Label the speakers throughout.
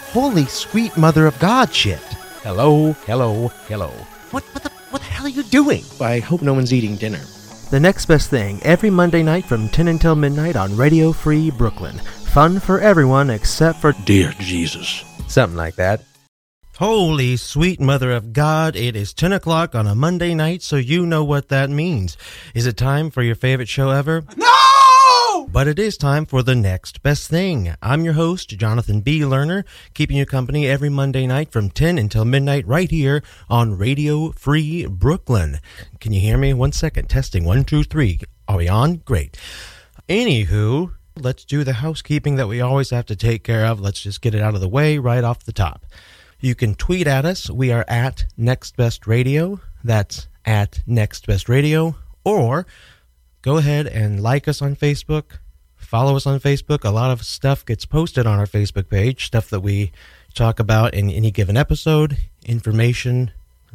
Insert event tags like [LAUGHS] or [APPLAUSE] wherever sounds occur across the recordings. Speaker 1: holy sweet mother of God shit.
Speaker 2: Hello, hello, hello.
Speaker 1: What, what, the, what the hell are you doing?
Speaker 3: I hope no one's eating dinner.
Speaker 1: The next best thing every Monday night from 10 until midnight on Radio Free Brooklyn. Fun for everyone except for
Speaker 3: Dear Jesus.
Speaker 2: Something like that.
Speaker 1: Holy sweet mother of God, it is 10 o'clock on a Monday night, so you know what that means. Is it time for your favorite show ever?
Speaker 4: No!
Speaker 1: But it is time for the next best thing. I'm your host, Jonathan B. Lerner, keeping you company every Monday night from 10 until midnight right here on Radio Free Brooklyn. Can you hear me? One second. Testing. One, two, three. Are we on? Great. Anywho, let's do the housekeeping that we always have to take care of. Let's just get it out of the way right off the top. You can tweet at us. We are at Next Best Radio. That's at Next Best Radio. Or go ahead and like us on Facebook. Follow us on Facebook. A lot of stuff gets posted on our Facebook page, stuff that we talk about in any given episode, information,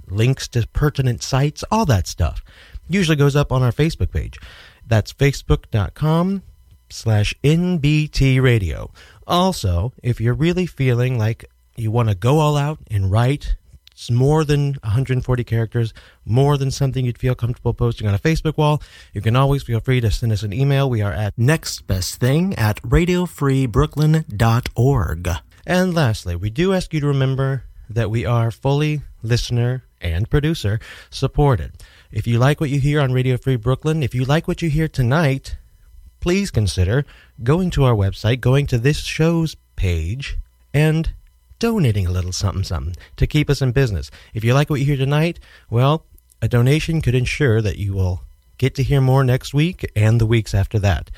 Speaker 1: links to pertinent sites, all that stuff. Usually goes up on our Facebook page. That's facebook.com slash NBT Radio. Also, if you're really feeling like you want to go all out and write it's more than 140 characters more than something you'd feel comfortable posting on a facebook wall you can always feel free to send us an email we are at nextbestthing at radiofreebrooklyn.org and lastly we do ask you to remember that we are fully listener and producer supported if you like what you hear on radio free brooklyn if you like what you hear tonight please consider going to our website going to this show's page and donating a little something something to keep us in business. If you like what you hear tonight, well, a donation could ensure that you will get to hear more next week and the weeks after that.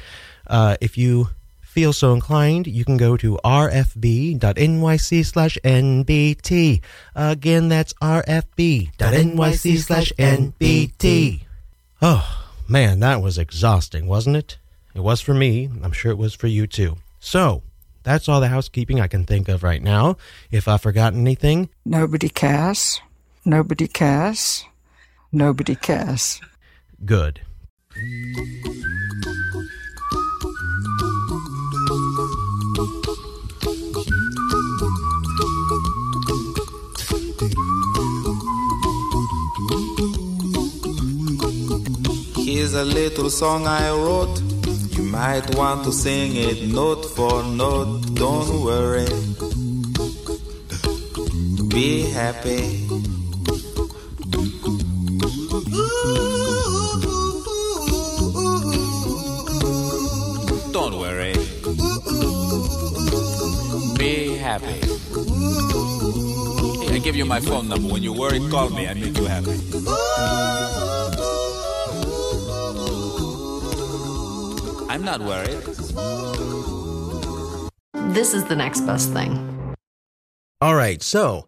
Speaker 1: Uh, if you feel so inclined, you can go to rfb.nyc slash nbt. Again, that's rfb.nyc slash nbt. Oh, man, that was exhausting, wasn't it? It was for me. I'm sure it was for you too. So, that's all the housekeeping I can think of right now. If I've forgotten anything,
Speaker 5: nobody cares. Nobody cares. Nobody cares.
Speaker 1: Good.
Speaker 6: Here's a little song I wrote. You might want to sing it note for note, don't worry. Be happy. Don't worry. Be happy. Hey, I give you my phone number. When you worry, call me. I make you happy. I'm not worried.
Speaker 7: This is the next best thing.
Speaker 1: All right, so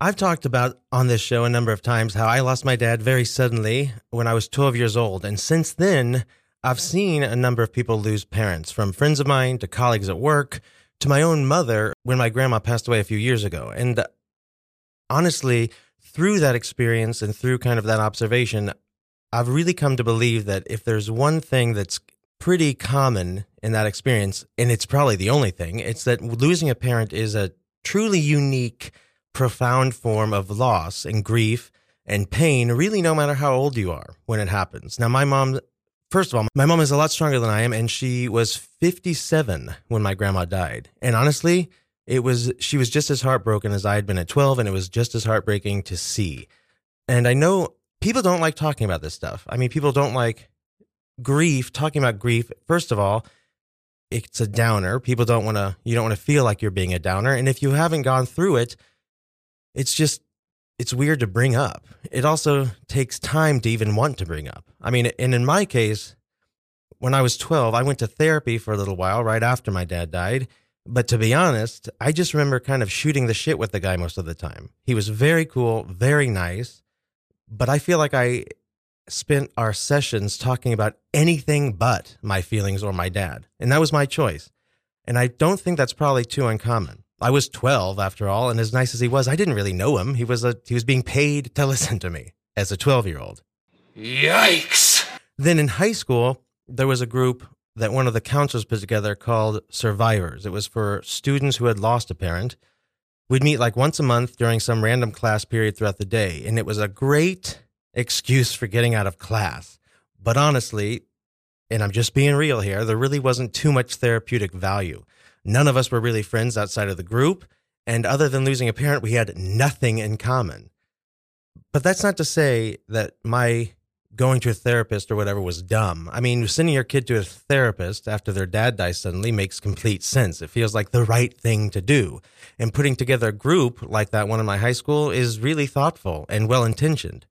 Speaker 1: I've talked about on this show a number of times how I lost my dad very suddenly when I was 12 years old. And since then, I've seen a number of people lose parents, from friends of mine to colleagues at work to my own mother when my grandma passed away a few years ago. And honestly, through that experience and through kind of that observation, I've really come to believe that if there's one thing that's pretty common in that experience, and it's probably the only thing. It's that losing a parent is a truly unique, profound form of loss and grief and pain, really, no matter how old you are when it happens. Now, my mom, first of all, my mom is a lot stronger than I am, and she was 57 when my grandma died. And honestly, it was, she was just as heartbroken as I had been at 12, and it was just as heartbreaking to see. And I know people don't like talking about this stuff. I mean, people don't like grief, talking about grief, first of all, it's a downer. People don't want to, you don't want to feel like you're being a downer. And if you haven't gone through it, it's just, it's weird to bring up. It also takes time to even want to bring up. I mean, and in my case, when I was 12, I went to therapy for a little while right after my dad died. But to be honest, I just remember kind of shooting the shit with the guy most of the time. He was very cool, very nice, but I feel like I spent our sessions talking about anything but my feelings or my dad. And that was my choice. And I don't think that's probably too uncommon. I was 12 after all, and as nice as he was, I didn't really know him. He was a, he was being paid to [LAUGHS] listen to me as a 12-year-old.
Speaker 4: Yikes.
Speaker 1: Then in high school, there was a group that one of the counselors put together called Survivors. It was for students who had lost a parent We'd meet like once a month during some random class period throughout the day, and it was a great excuse for getting out of class. But honestly, and I'm just being real here, there really wasn't too much therapeutic value. None of us were really friends outside of the group, and other than losing a parent, we had nothing in common. But that's not to say that my going to a therapist or whatever was dumb. I mean, sending your kid to a therapist after their dad dies suddenly makes complete sense. It feels like the right thing to do. And putting together a group like that one in my high school is really thoughtful and well intentioned.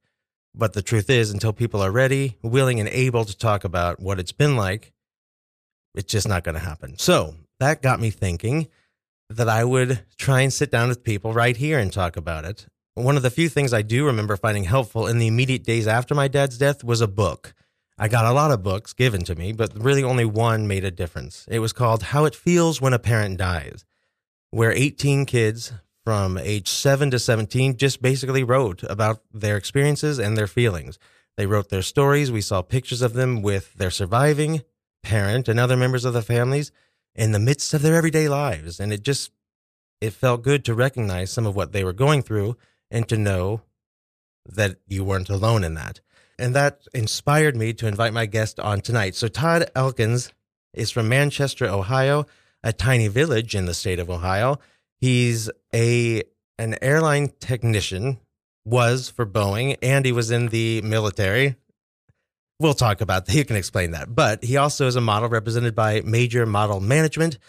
Speaker 1: But the truth is, until people are ready, willing, and able to talk about what it's been like, it's just not going to happen. So that got me thinking that I would try and sit down with people right here and talk about it. One of the few things I do remember finding helpful in the immediate days after my dad's death was a book. I got a lot of books given to me, but really only one made a difference. It was called How It Feels When a Parent Dies, where 18 kids from age 7 to 17 just basically wrote about their experiences and their feelings. They wrote their stories. We saw pictures of them with their surviving parent and other members of the families in the midst of their everyday lives. And it just, it felt good to recognize some of what they were going through and to know that you weren't alone in that. And that inspired me to invite my guest on tonight. So Todd Elkins is from Manchester, Ohio, a tiny village in the state of Ohio. He's a an airline technician, was for Boeing, and he was in the military. We'll talk about [LAUGHS] that. He can explain that. But he also is a model represented by Major Model Management,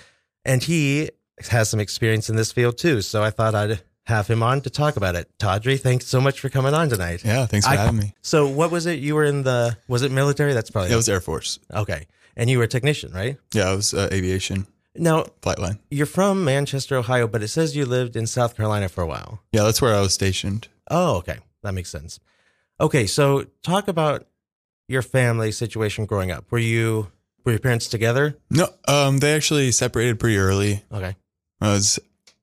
Speaker 1: and he has some experience in this field too. So I thought I'd have him on to talk about it. Tawdry, thanks so much for coming on tonight.
Speaker 8: Yeah, thanks for
Speaker 1: I-
Speaker 8: having me.
Speaker 1: So what was it? You were in the was it military? That's probably
Speaker 8: It was Air Force.
Speaker 1: okay. And you were a technician, right?
Speaker 8: Yeah, it was uh, aviation
Speaker 1: Now
Speaker 8: flight line.
Speaker 1: you're from Manchester, Ohio, but it says you lived in South Carolina for a while.
Speaker 8: Yeah, that's where I was stationed.
Speaker 1: Oh, okay, that makes sense. Okay, so talk about your family situation growing up. Were you were your parents together?
Speaker 8: No, um, they actually separated pretty early.
Speaker 1: Okay,
Speaker 8: I was,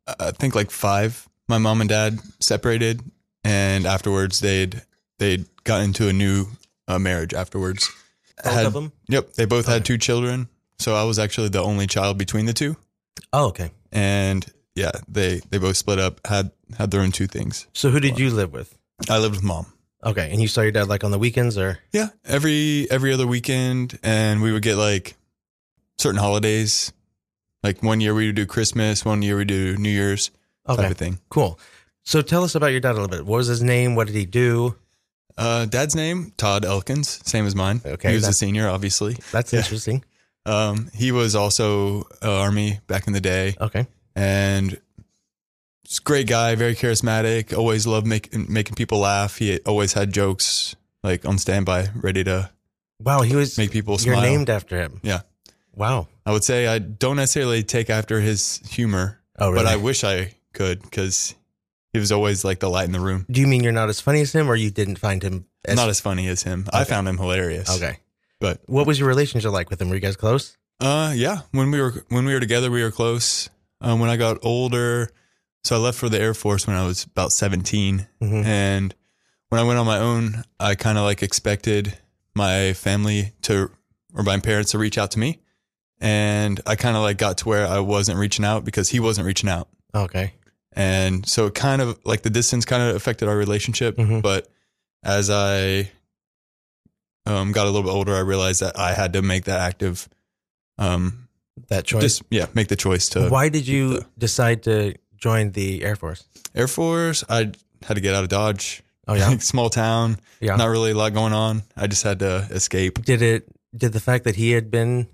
Speaker 8: uh, I think, like five. My mom and dad separated, and afterwards they'd they'd got into a new uh, marriage. Afterwards,
Speaker 1: both
Speaker 8: Had-
Speaker 1: of them.
Speaker 8: Yep, they both had
Speaker 1: Okay.
Speaker 8: two children. So I was actually the only child between the two,
Speaker 1: Oh, okay.
Speaker 8: and yeah, they they both split up. had had their own two things.
Speaker 1: So who did you live with?
Speaker 8: I lived with mom.
Speaker 1: Okay, and you saw your dad like on the weekends, or
Speaker 8: Yeah, every every other weekend, and we would get like certain holidays. Like one year we would do Christmas, one year we do New Year's type
Speaker 1: okay,
Speaker 8: of thing.
Speaker 1: cool. So tell us about your dad a little bit. What was his name? What did he do?
Speaker 8: Uh, Dad's name Todd Elkins, same as mine.
Speaker 1: Okay,
Speaker 8: he was a
Speaker 1: that's-
Speaker 8: senior, obviously.
Speaker 1: That's
Speaker 8: Yeah.
Speaker 1: interesting.
Speaker 8: Um, he was also uh, Army back in the day,
Speaker 1: Okay.
Speaker 8: and just a great guy, very charismatic. Always loved making making people laugh. He always had jokes like on standby, ready to
Speaker 1: Wow, he was
Speaker 8: make people
Speaker 1: You're
Speaker 8: smile.
Speaker 1: named after him.
Speaker 8: Yeah.
Speaker 1: Wow.
Speaker 8: I would say I don't necessarily take after his humor,
Speaker 1: Oh, really?
Speaker 8: but I wish I could because he was always like the light in the room.
Speaker 1: Do you mean you're not as funny as him, or you didn't find him as
Speaker 8: Not as funny as him. I found him hilarious.
Speaker 1: okay?
Speaker 8: but
Speaker 1: What was your relationship like with him? Were you guys close?
Speaker 8: uh, yeah, when we were when we were together, we were close. Um, when I got older, so I left for the Air Force when I was about 17
Speaker 1: Mhm.
Speaker 8: and when I went on my own, I kind of like expected my family to or my parents to reach out to me, and I kind of like got to where I wasn't reaching out because he wasn't reaching out.
Speaker 1: Okay.
Speaker 8: and so it kind of like the distance kind of affected our relationship
Speaker 1: Mhm.
Speaker 8: but as i um, got a little bit older i realized that i had to make that active um
Speaker 1: That choice.
Speaker 8: just yeah make the choice to
Speaker 1: Why did you
Speaker 8: the-
Speaker 1: decide to join the Air Force?
Speaker 8: air force i had to get out of dodge
Speaker 1: Oh yeah,
Speaker 8: [LAUGHS] small town
Speaker 1: yeah.
Speaker 8: not really a lot going on i just had to escape
Speaker 1: Did it? Did the fact that he had been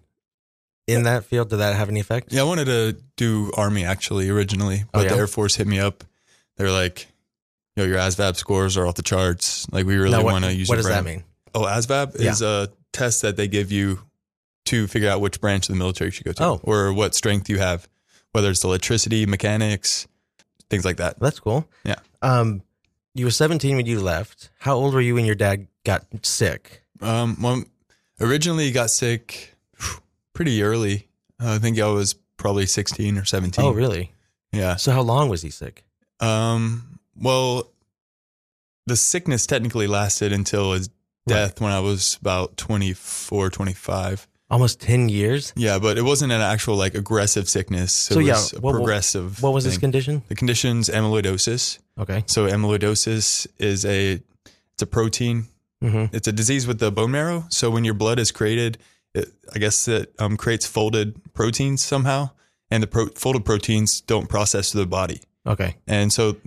Speaker 1: in that field did that have any effect?
Speaker 8: yeah i wanted to do army actually originally but
Speaker 1: Oh, yeah?
Speaker 8: the air force hit me up they were like yo your asvab scores are off the charts like we really
Speaker 1: Now, what
Speaker 8: want to use
Speaker 1: what
Speaker 8: your
Speaker 1: does that
Speaker 8: brand."
Speaker 1: mean?
Speaker 8: Oh, ASVAB
Speaker 1: Yeah.
Speaker 8: is a test that they give you to figure out which branch of the military you should go to
Speaker 1: Oh.
Speaker 8: or what strength you have, whether it's electricity, mechanics, things like that.
Speaker 1: That's cool.
Speaker 8: Yeah.
Speaker 1: Um, you were 17 when you left. How old were you when your dad got sick?
Speaker 8: Um, well, originally he got sick [SIGHS] phew, pretty early. I think I was probably 16 or 17.
Speaker 1: Oh, really?
Speaker 8: Yeah.
Speaker 1: So how long was he sick?
Speaker 8: Um, well, the sickness technically lasted until his
Speaker 1: Right.
Speaker 8: death when I was about 24, 25.
Speaker 1: almost 10 years.
Speaker 8: Yeah, but it wasn't an actual like aggressive sickness. It
Speaker 1: So, yeah,
Speaker 8: was a
Speaker 1: what- what-
Speaker 8: progressive.
Speaker 1: What was this
Speaker 8: thing.
Speaker 1: condition?
Speaker 8: The condition's amyloidosis.
Speaker 1: Okay.
Speaker 8: So amyloidosis is a it's a protein.
Speaker 1: hmm
Speaker 8: It's a disease with the bone marrow. So when your blood is created, it, I guess it um, creates folded proteins somehow, and the pro- folded proteins don't process through the body.
Speaker 1: Okay.
Speaker 8: And so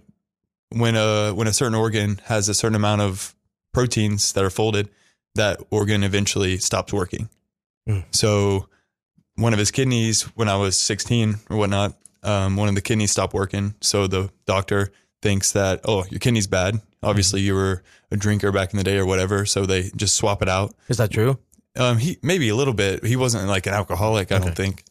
Speaker 8: when a when a certain organ has a certain amount of proteins that are folded, that organ eventually stops working.
Speaker 1: Mm.
Speaker 8: So one of his kidneys, when I was 16 or whatnot, um, one of the kidneys stopped working. So the doctor thinks that, oh, your kidney's bad. Obviously, you were a drinker back in the day or whatever. So they just swap it out.
Speaker 1: Is that true?
Speaker 8: Um, he maybe a little bit. He wasn't like an alcoholic, I
Speaker 1: Okay.
Speaker 8: don't think.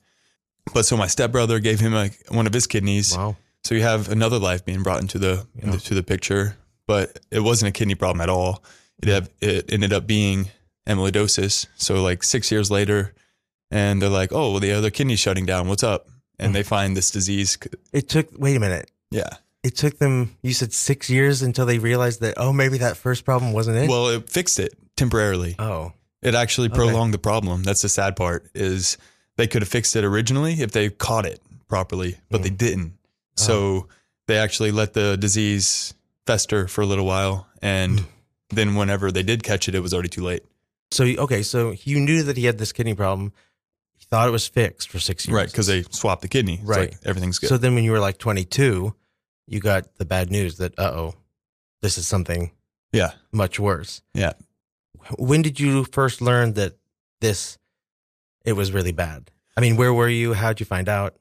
Speaker 8: But so my stepbrother gave him like one of his kidneys.
Speaker 1: Wow.
Speaker 8: So you have another life being brought into the,
Speaker 1: Yeah.
Speaker 8: into to the picture, but it wasn't a kidney problem at all. It have, it ended up being amyloidosis. So like six years later, and they're like, oh, well, the other kidney's shutting down. What's up? And they find this disease. c-
Speaker 1: It took, wait a minute.
Speaker 8: Yeah.
Speaker 1: It took them, you said six years until they realized that, oh, maybe that first problem wasn't it?
Speaker 8: Well, it fixed it temporarily.
Speaker 1: oh,
Speaker 8: It actually
Speaker 1: Okay.
Speaker 8: prolonged the problem. That's the sad part is they could have fixed it originally if they caught it properly, but they didn't.
Speaker 1: Uh-huh.
Speaker 8: So they actually let the disease fester for a little while
Speaker 1: Hmm.
Speaker 8: and then whenever they did catch it, it was already too late.
Speaker 1: so, okay. So you knew that he had this kidney problem. He thought it was fixed for six years.
Speaker 8: Right, because they swapped the kidney. It's like,
Speaker 1: Right.
Speaker 8: everything's good.
Speaker 1: So then when you were like 22, you got the bad news that, uh oh, this is something
Speaker 8: yeah.
Speaker 1: much worse.
Speaker 8: Yeah.
Speaker 1: When did you first learn that this, it was really bad? I mean, where were you? How'd you find out?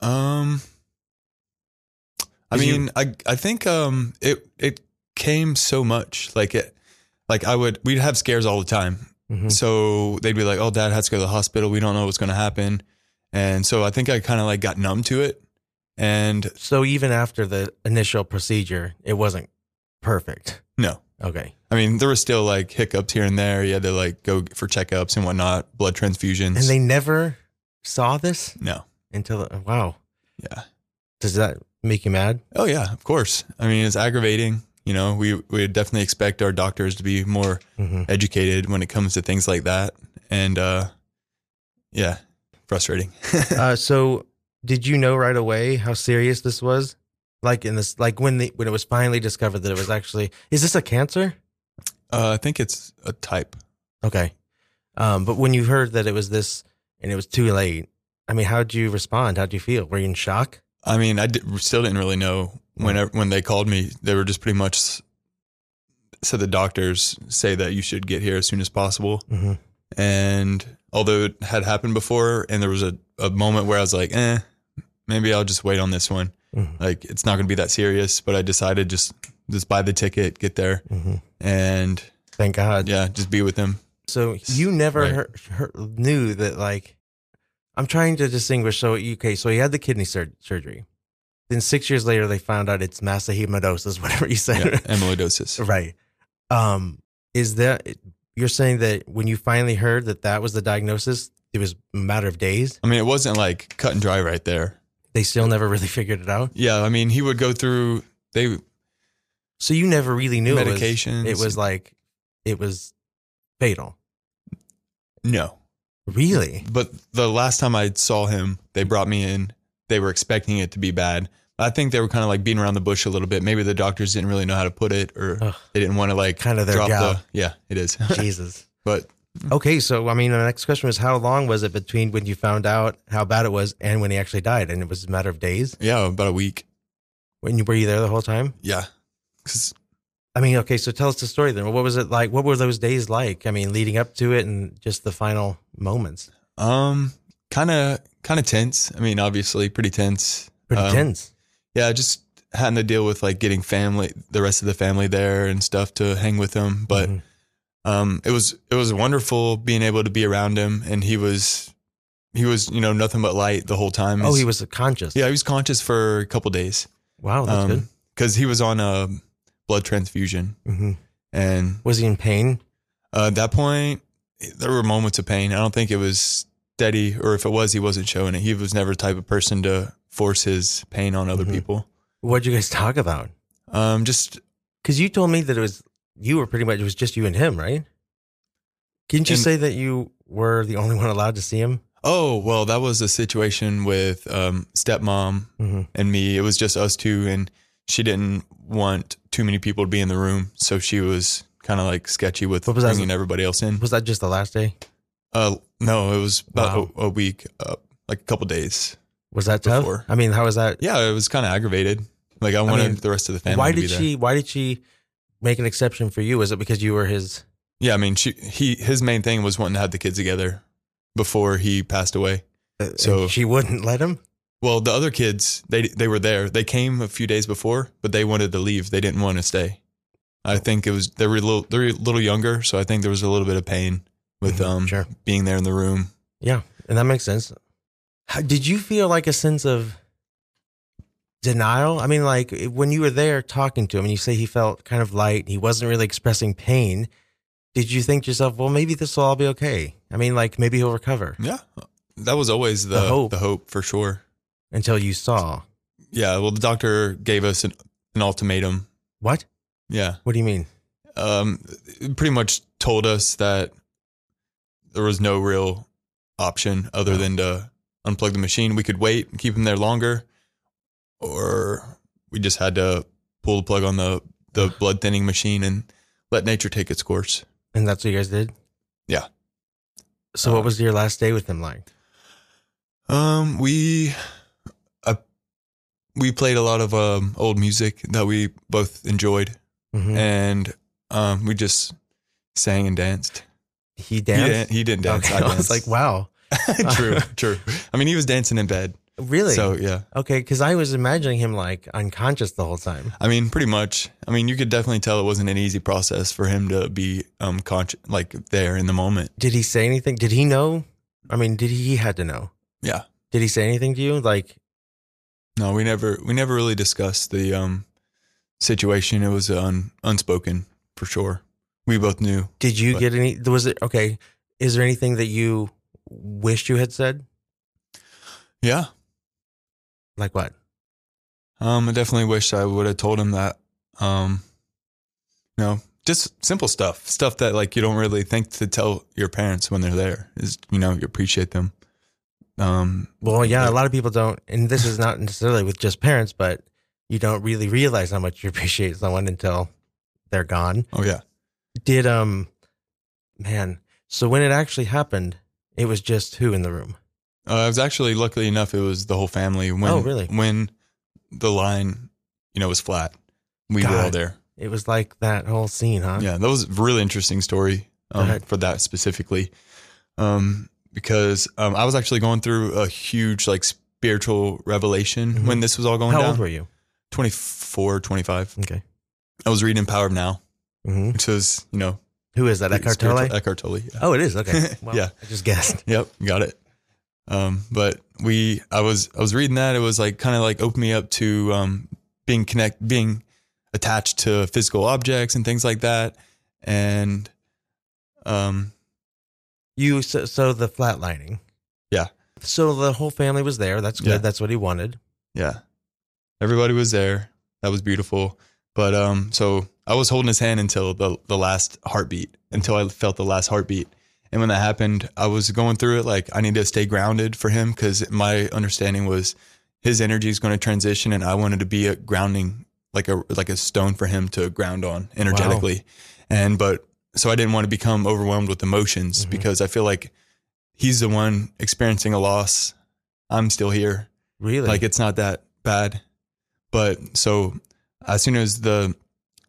Speaker 8: Um I
Speaker 1: Did you-
Speaker 8: mean, I I think um it it came so much. Like it like I would we'd have scares all the time.
Speaker 1: Mhm.
Speaker 8: So they'd be like, "Oh, dad has to go to the hospital. We don't know what's going to happen." And so I think I kind of like got numb to it. And
Speaker 1: So even after the initial procedure, it wasn't perfect.
Speaker 8: no,
Speaker 1: Okay.
Speaker 8: I mean there were still like hiccups here and there. You had to like go for checkups and whatnot, blood transfusions.
Speaker 1: And they never saw this
Speaker 8: no,
Speaker 1: until, uh, wow.
Speaker 8: yeah,
Speaker 1: Does that make you mad?
Speaker 8: oh yeah, of course. I mean it's aggravating. You know, we we definitely expect our doctors to be more
Speaker 1: Mm-hmm.
Speaker 8: educated when it comes to things like that. And uh, yeah, frustrating.
Speaker 1: uh, so did you know right away how serious this was? Like in this, like when the, when it was finally discovered that it was actually, is this a cancer?
Speaker 8: uh, I think it's a type.
Speaker 1: Okay. Um, but when you heard that it was this and it was too late, I mean, how'd you respond? How'd you feel? Were you in shock?
Speaker 8: I mean, I di- still didn't really know when when they called me. They were just pretty much said the doctors say that you should get here as soon as possible.
Speaker 1: Mm-hmm.
Speaker 8: And although it had happened before, and there was a, a moment where I was like, eh, maybe I'll just wait on this one.
Speaker 1: Mhm.
Speaker 8: Like it's not going to be that serious. But I decided just just buy the ticket, get there,
Speaker 1: Mm-hmm.
Speaker 8: and
Speaker 1: Thank God.
Speaker 8: yeah, just be with
Speaker 1: [LAUGHS]
Speaker 8: them.
Speaker 1: So you never
Speaker 8: Right.
Speaker 1: heard, heard- knew that, like, I'm trying to distinguish. So, okay, so he had the kidney sur- surgery. Then six years later, they found out it's mastohemosis, [LAUGHS] whatever you
Speaker 8: Yeah,
Speaker 1: said.
Speaker 8: amyloidosis.
Speaker 1: right. Um, is that, you're saying that when you finally heard that that was the diagnosis, it was a matter of days?
Speaker 8: I mean, it wasn't like cut and dry right there.
Speaker 1: They still never really figured it out?
Speaker 8: Yeah, I mean, he would go through. They
Speaker 1: So you never really knew it was-
Speaker 8: Medications.
Speaker 1: It was, like it was fatal.
Speaker 8: no. [LAUGHS]
Speaker 1: Really?
Speaker 8: But the last time I saw him, they brought me in. They were expecting it to be bad. I think they were kind of like beating around the bush a little bit. Maybe the doctors didn't really know how to put it, or
Speaker 1: Ugh.
Speaker 8: they didn't want to like
Speaker 1: Kind of their job.
Speaker 8: the. Yeah, it is. [LAUGHS]
Speaker 1: Jesus.
Speaker 8: but
Speaker 1: Okay, so I mean, the next question was how long was it between when you found out how bad it was and when he actually died? And it was a matter of days.
Speaker 8: yeah, about a week.
Speaker 1: When you were you there the whole time?
Speaker 8: Yeah, 'Cause-
Speaker 1: I mean, okay, so tell us the story then. What was it like? What were those days like? I mean, leading up to it and just the final moments.
Speaker 8: um, kind of kind of tense. I mean, obviously, pretty tense.
Speaker 1: Pretty
Speaker 8: Um,
Speaker 1: tense.
Speaker 8: Yeah, just having to deal with like getting family, the rest of the family there and stuff to hang with them. But
Speaker 1: Mhm.
Speaker 8: um, it was it was wonderful being able to be around him, and he was he was you know nothing but light the whole time.
Speaker 1: oh,
Speaker 8: He's-
Speaker 1: he was conscious.
Speaker 8: yeah, Um, he was conscious for a couple days
Speaker 1: Wow, Oh, that's good.
Speaker 8: because he was on a blood transfusion,
Speaker 1: hmm
Speaker 8: and
Speaker 1: Was he in pain?
Speaker 8: uh, at that point there were moments of pain. I don't think it was steady, or if it was, he wasn't showing it. He was never the type of person to force his pain on other
Speaker 1: Mhm.
Speaker 8: people.
Speaker 1: What'd you guys [LAUGHS] talk about?
Speaker 8: Um, just
Speaker 1: Because you told me that it was you were pretty much it was just you and him, right? Didn't you
Speaker 8: And-
Speaker 1: say that you were the only one allowed to see him?
Speaker 8: Oh, well, that was a situation with um, stepmom
Speaker 1: Mhm.
Speaker 8: and me. It was just us two, and she didn't want too many people to be in the room. So she was kind of like sketchy with
Speaker 1: What was that?
Speaker 8: bringing everybody else in.
Speaker 1: Was that just the last day?
Speaker 8: Uh, no, it was about
Speaker 1: Wow.
Speaker 8: a, a week, uh, like a couple days.
Speaker 1: Was that tough?
Speaker 8: Before.
Speaker 1: I mean, how was that?
Speaker 8: Yeah, it was kind of aggravated. Like, I wanted
Speaker 1: mean,
Speaker 8: the rest of the family
Speaker 1: why
Speaker 8: to be
Speaker 1: did
Speaker 8: there.
Speaker 1: she? Why did she make an exception for you? Is it because you were his?
Speaker 8: Yeah, I mean, she, he his main thing was wanting to have the kids together before he passed away.
Speaker 1: uh,
Speaker 8: So-
Speaker 1: and she wouldn't let him.
Speaker 8: Well, the other kids, they they were there. They came a few days before, but they wanted to leave. They didn't want to stay. I think it was they were a little they were a little younger, so I think there was a little bit of pain with
Speaker 1: Mhm,
Speaker 8: um
Speaker 1: sure.
Speaker 8: being there in the room.
Speaker 1: Yeah, and that makes sense. How- Did you feel like a sense of denial? I mean, like when you were there talking to him, and you say he felt kind of light. He wasn't really expressing pain. Did you think to yourself, well, maybe this will all be okay? I mean, like maybe he'll recover
Speaker 8: Yeah, that was always the
Speaker 1: The hope.
Speaker 8: the hope for sure.
Speaker 1: until you saw
Speaker 8: Yeah, well, the doctor gave us an, an ultimatum.
Speaker 1: what?
Speaker 8: Yeah,
Speaker 1: What do you mean?
Speaker 8: um, pretty much told us that there was no real option other than to unplug the machine. We could wait and keep him there longer, or we just had to pull the plug on the, the blood thinning machine and let nature take its course.
Speaker 1: And that's what you guys did.
Speaker 8: Yeah.
Speaker 1: So,
Speaker 8: Uh,
Speaker 1: what was your last day with him like?
Speaker 8: Um, we, uh, we played a lot of um, old music that we both enjoyed,
Speaker 1: Mhm.
Speaker 8: and um, we just sang and danced.
Speaker 1: He
Speaker 8: He,
Speaker 1: danced.
Speaker 8: dan- he didn't dance.
Speaker 1: Okay, [LAUGHS]
Speaker 8: I,
Speaker 1: I,
Speaker 8: danced.
Speaker 1: was like, wow,
Speaker 8: [LAUGHS] true, true. I mean, he was dancing in bed.
Speaker 1: really?
Speaker 8: So yeah,
Speaker 1: okay, because I was imagining him like unconscious the whole time.
Speaker 8: I mean, pretty much. I mean, you could definitely tell it wasn't an easy process for him to be um conscious, like there in the moment.
Speaker 1: Did he say anything? Did he know? I mean, did he, he had to know?
Speaker 8: Yeah.
Speaker 1: Did he say anything to you? Like,
Speaker 8: No, we never, we never really discussed the um situation. It was un, unspoken for sure. We both knew.
Speaker 1: did you
Speaker 8: But-
Speaker 1: get any? Was it okay? Is there anything that you wished you had said?
Speaker 8: Yeah.
Speaker 1: Like what?
Speaker 8: Um, I definitely wish I would have told him that. Um, you know, just simple stuff, stuff that like you don't really think to tell your parents when they're there is, you know, you appreciate them. Um,
Speaker 1: Well, yeah, a
Speaker 8: like-
Speaker 1: lot of people don't, and this is not necessarily with just parents, but you don't really realize how much you appreciate someone until they're gone.
Speaker 8: Oh yeah.
Speaker 1: Did um, man. So when it actually happened, it was just who in the room.
Speaker 8: Uh, I was actually luckily enough. It was the whole family. When,
Speaker 1: Oh, really?
Speaker 8: When the line, you know, was flat, we were all
Speaker 1: God.
Speaker 8: there.
Speaker 1: It was like that whole scene, huh?
Speaker 8: Yeah, that was a really interesting story um,
Speaker 1: Right.
Speaker 8: for that specifically, um, because um, I was actually going through a huge like spiritual revelation
Speaker 1: Mhm.
Speaker 8: when this was all going
Speaker 1: How
Speaker 8: down.
Speaker 1: old were you?
Speaker 8: 24, 25.
Speaker 1: Okay.
Speaker 8: I was reading Power of Now,
Speaker 1: hmm
Speaker 8: which was you know
Speaker 1: Who is that? Eckhart Tolle?
Speaker 8: spiritual- Eckhart Tolle. yeah.
Speaker 1: Oh, it is.
Speaker 8: [LAUGHS]
Speaker 1: Okay. Well,
Speaker 8: Yeah.
Speaker 1: I just guessed.
Speaker 8: Yep, got it. Um, but we, I was, I was reading that. It was like kind of like opened me up to um, being connect, being attached to physical objects and things like that. And um,
Speaker 1: You so, so the flatlining.
Speaker 8: Yeah.
Speaker 1: So the whole family was there. That's good.
Speaker 8: Yeah.
Speaker 1: That's what he wanted.
Speaker 8: yeah, everybody was there. That was beautiful. But um, so I was holding his hand until the the last heartbeat, until I felt the last heartbeat. And when that happened, I was going through it like I need to stay grounded for him because my understanding was his energy is going to transition, and I wanted to be a grounding like a like a stone for him to ground on energetically. And but so I didn't want to become overwhelmed with emotions
Speaker 1: Mhm.
Speaker 8: because I feel like he's the one experiencing a loss. I'm still here.
Speaker 1: Really?
Speaker 8: Like it's not that bad. But so as soon as the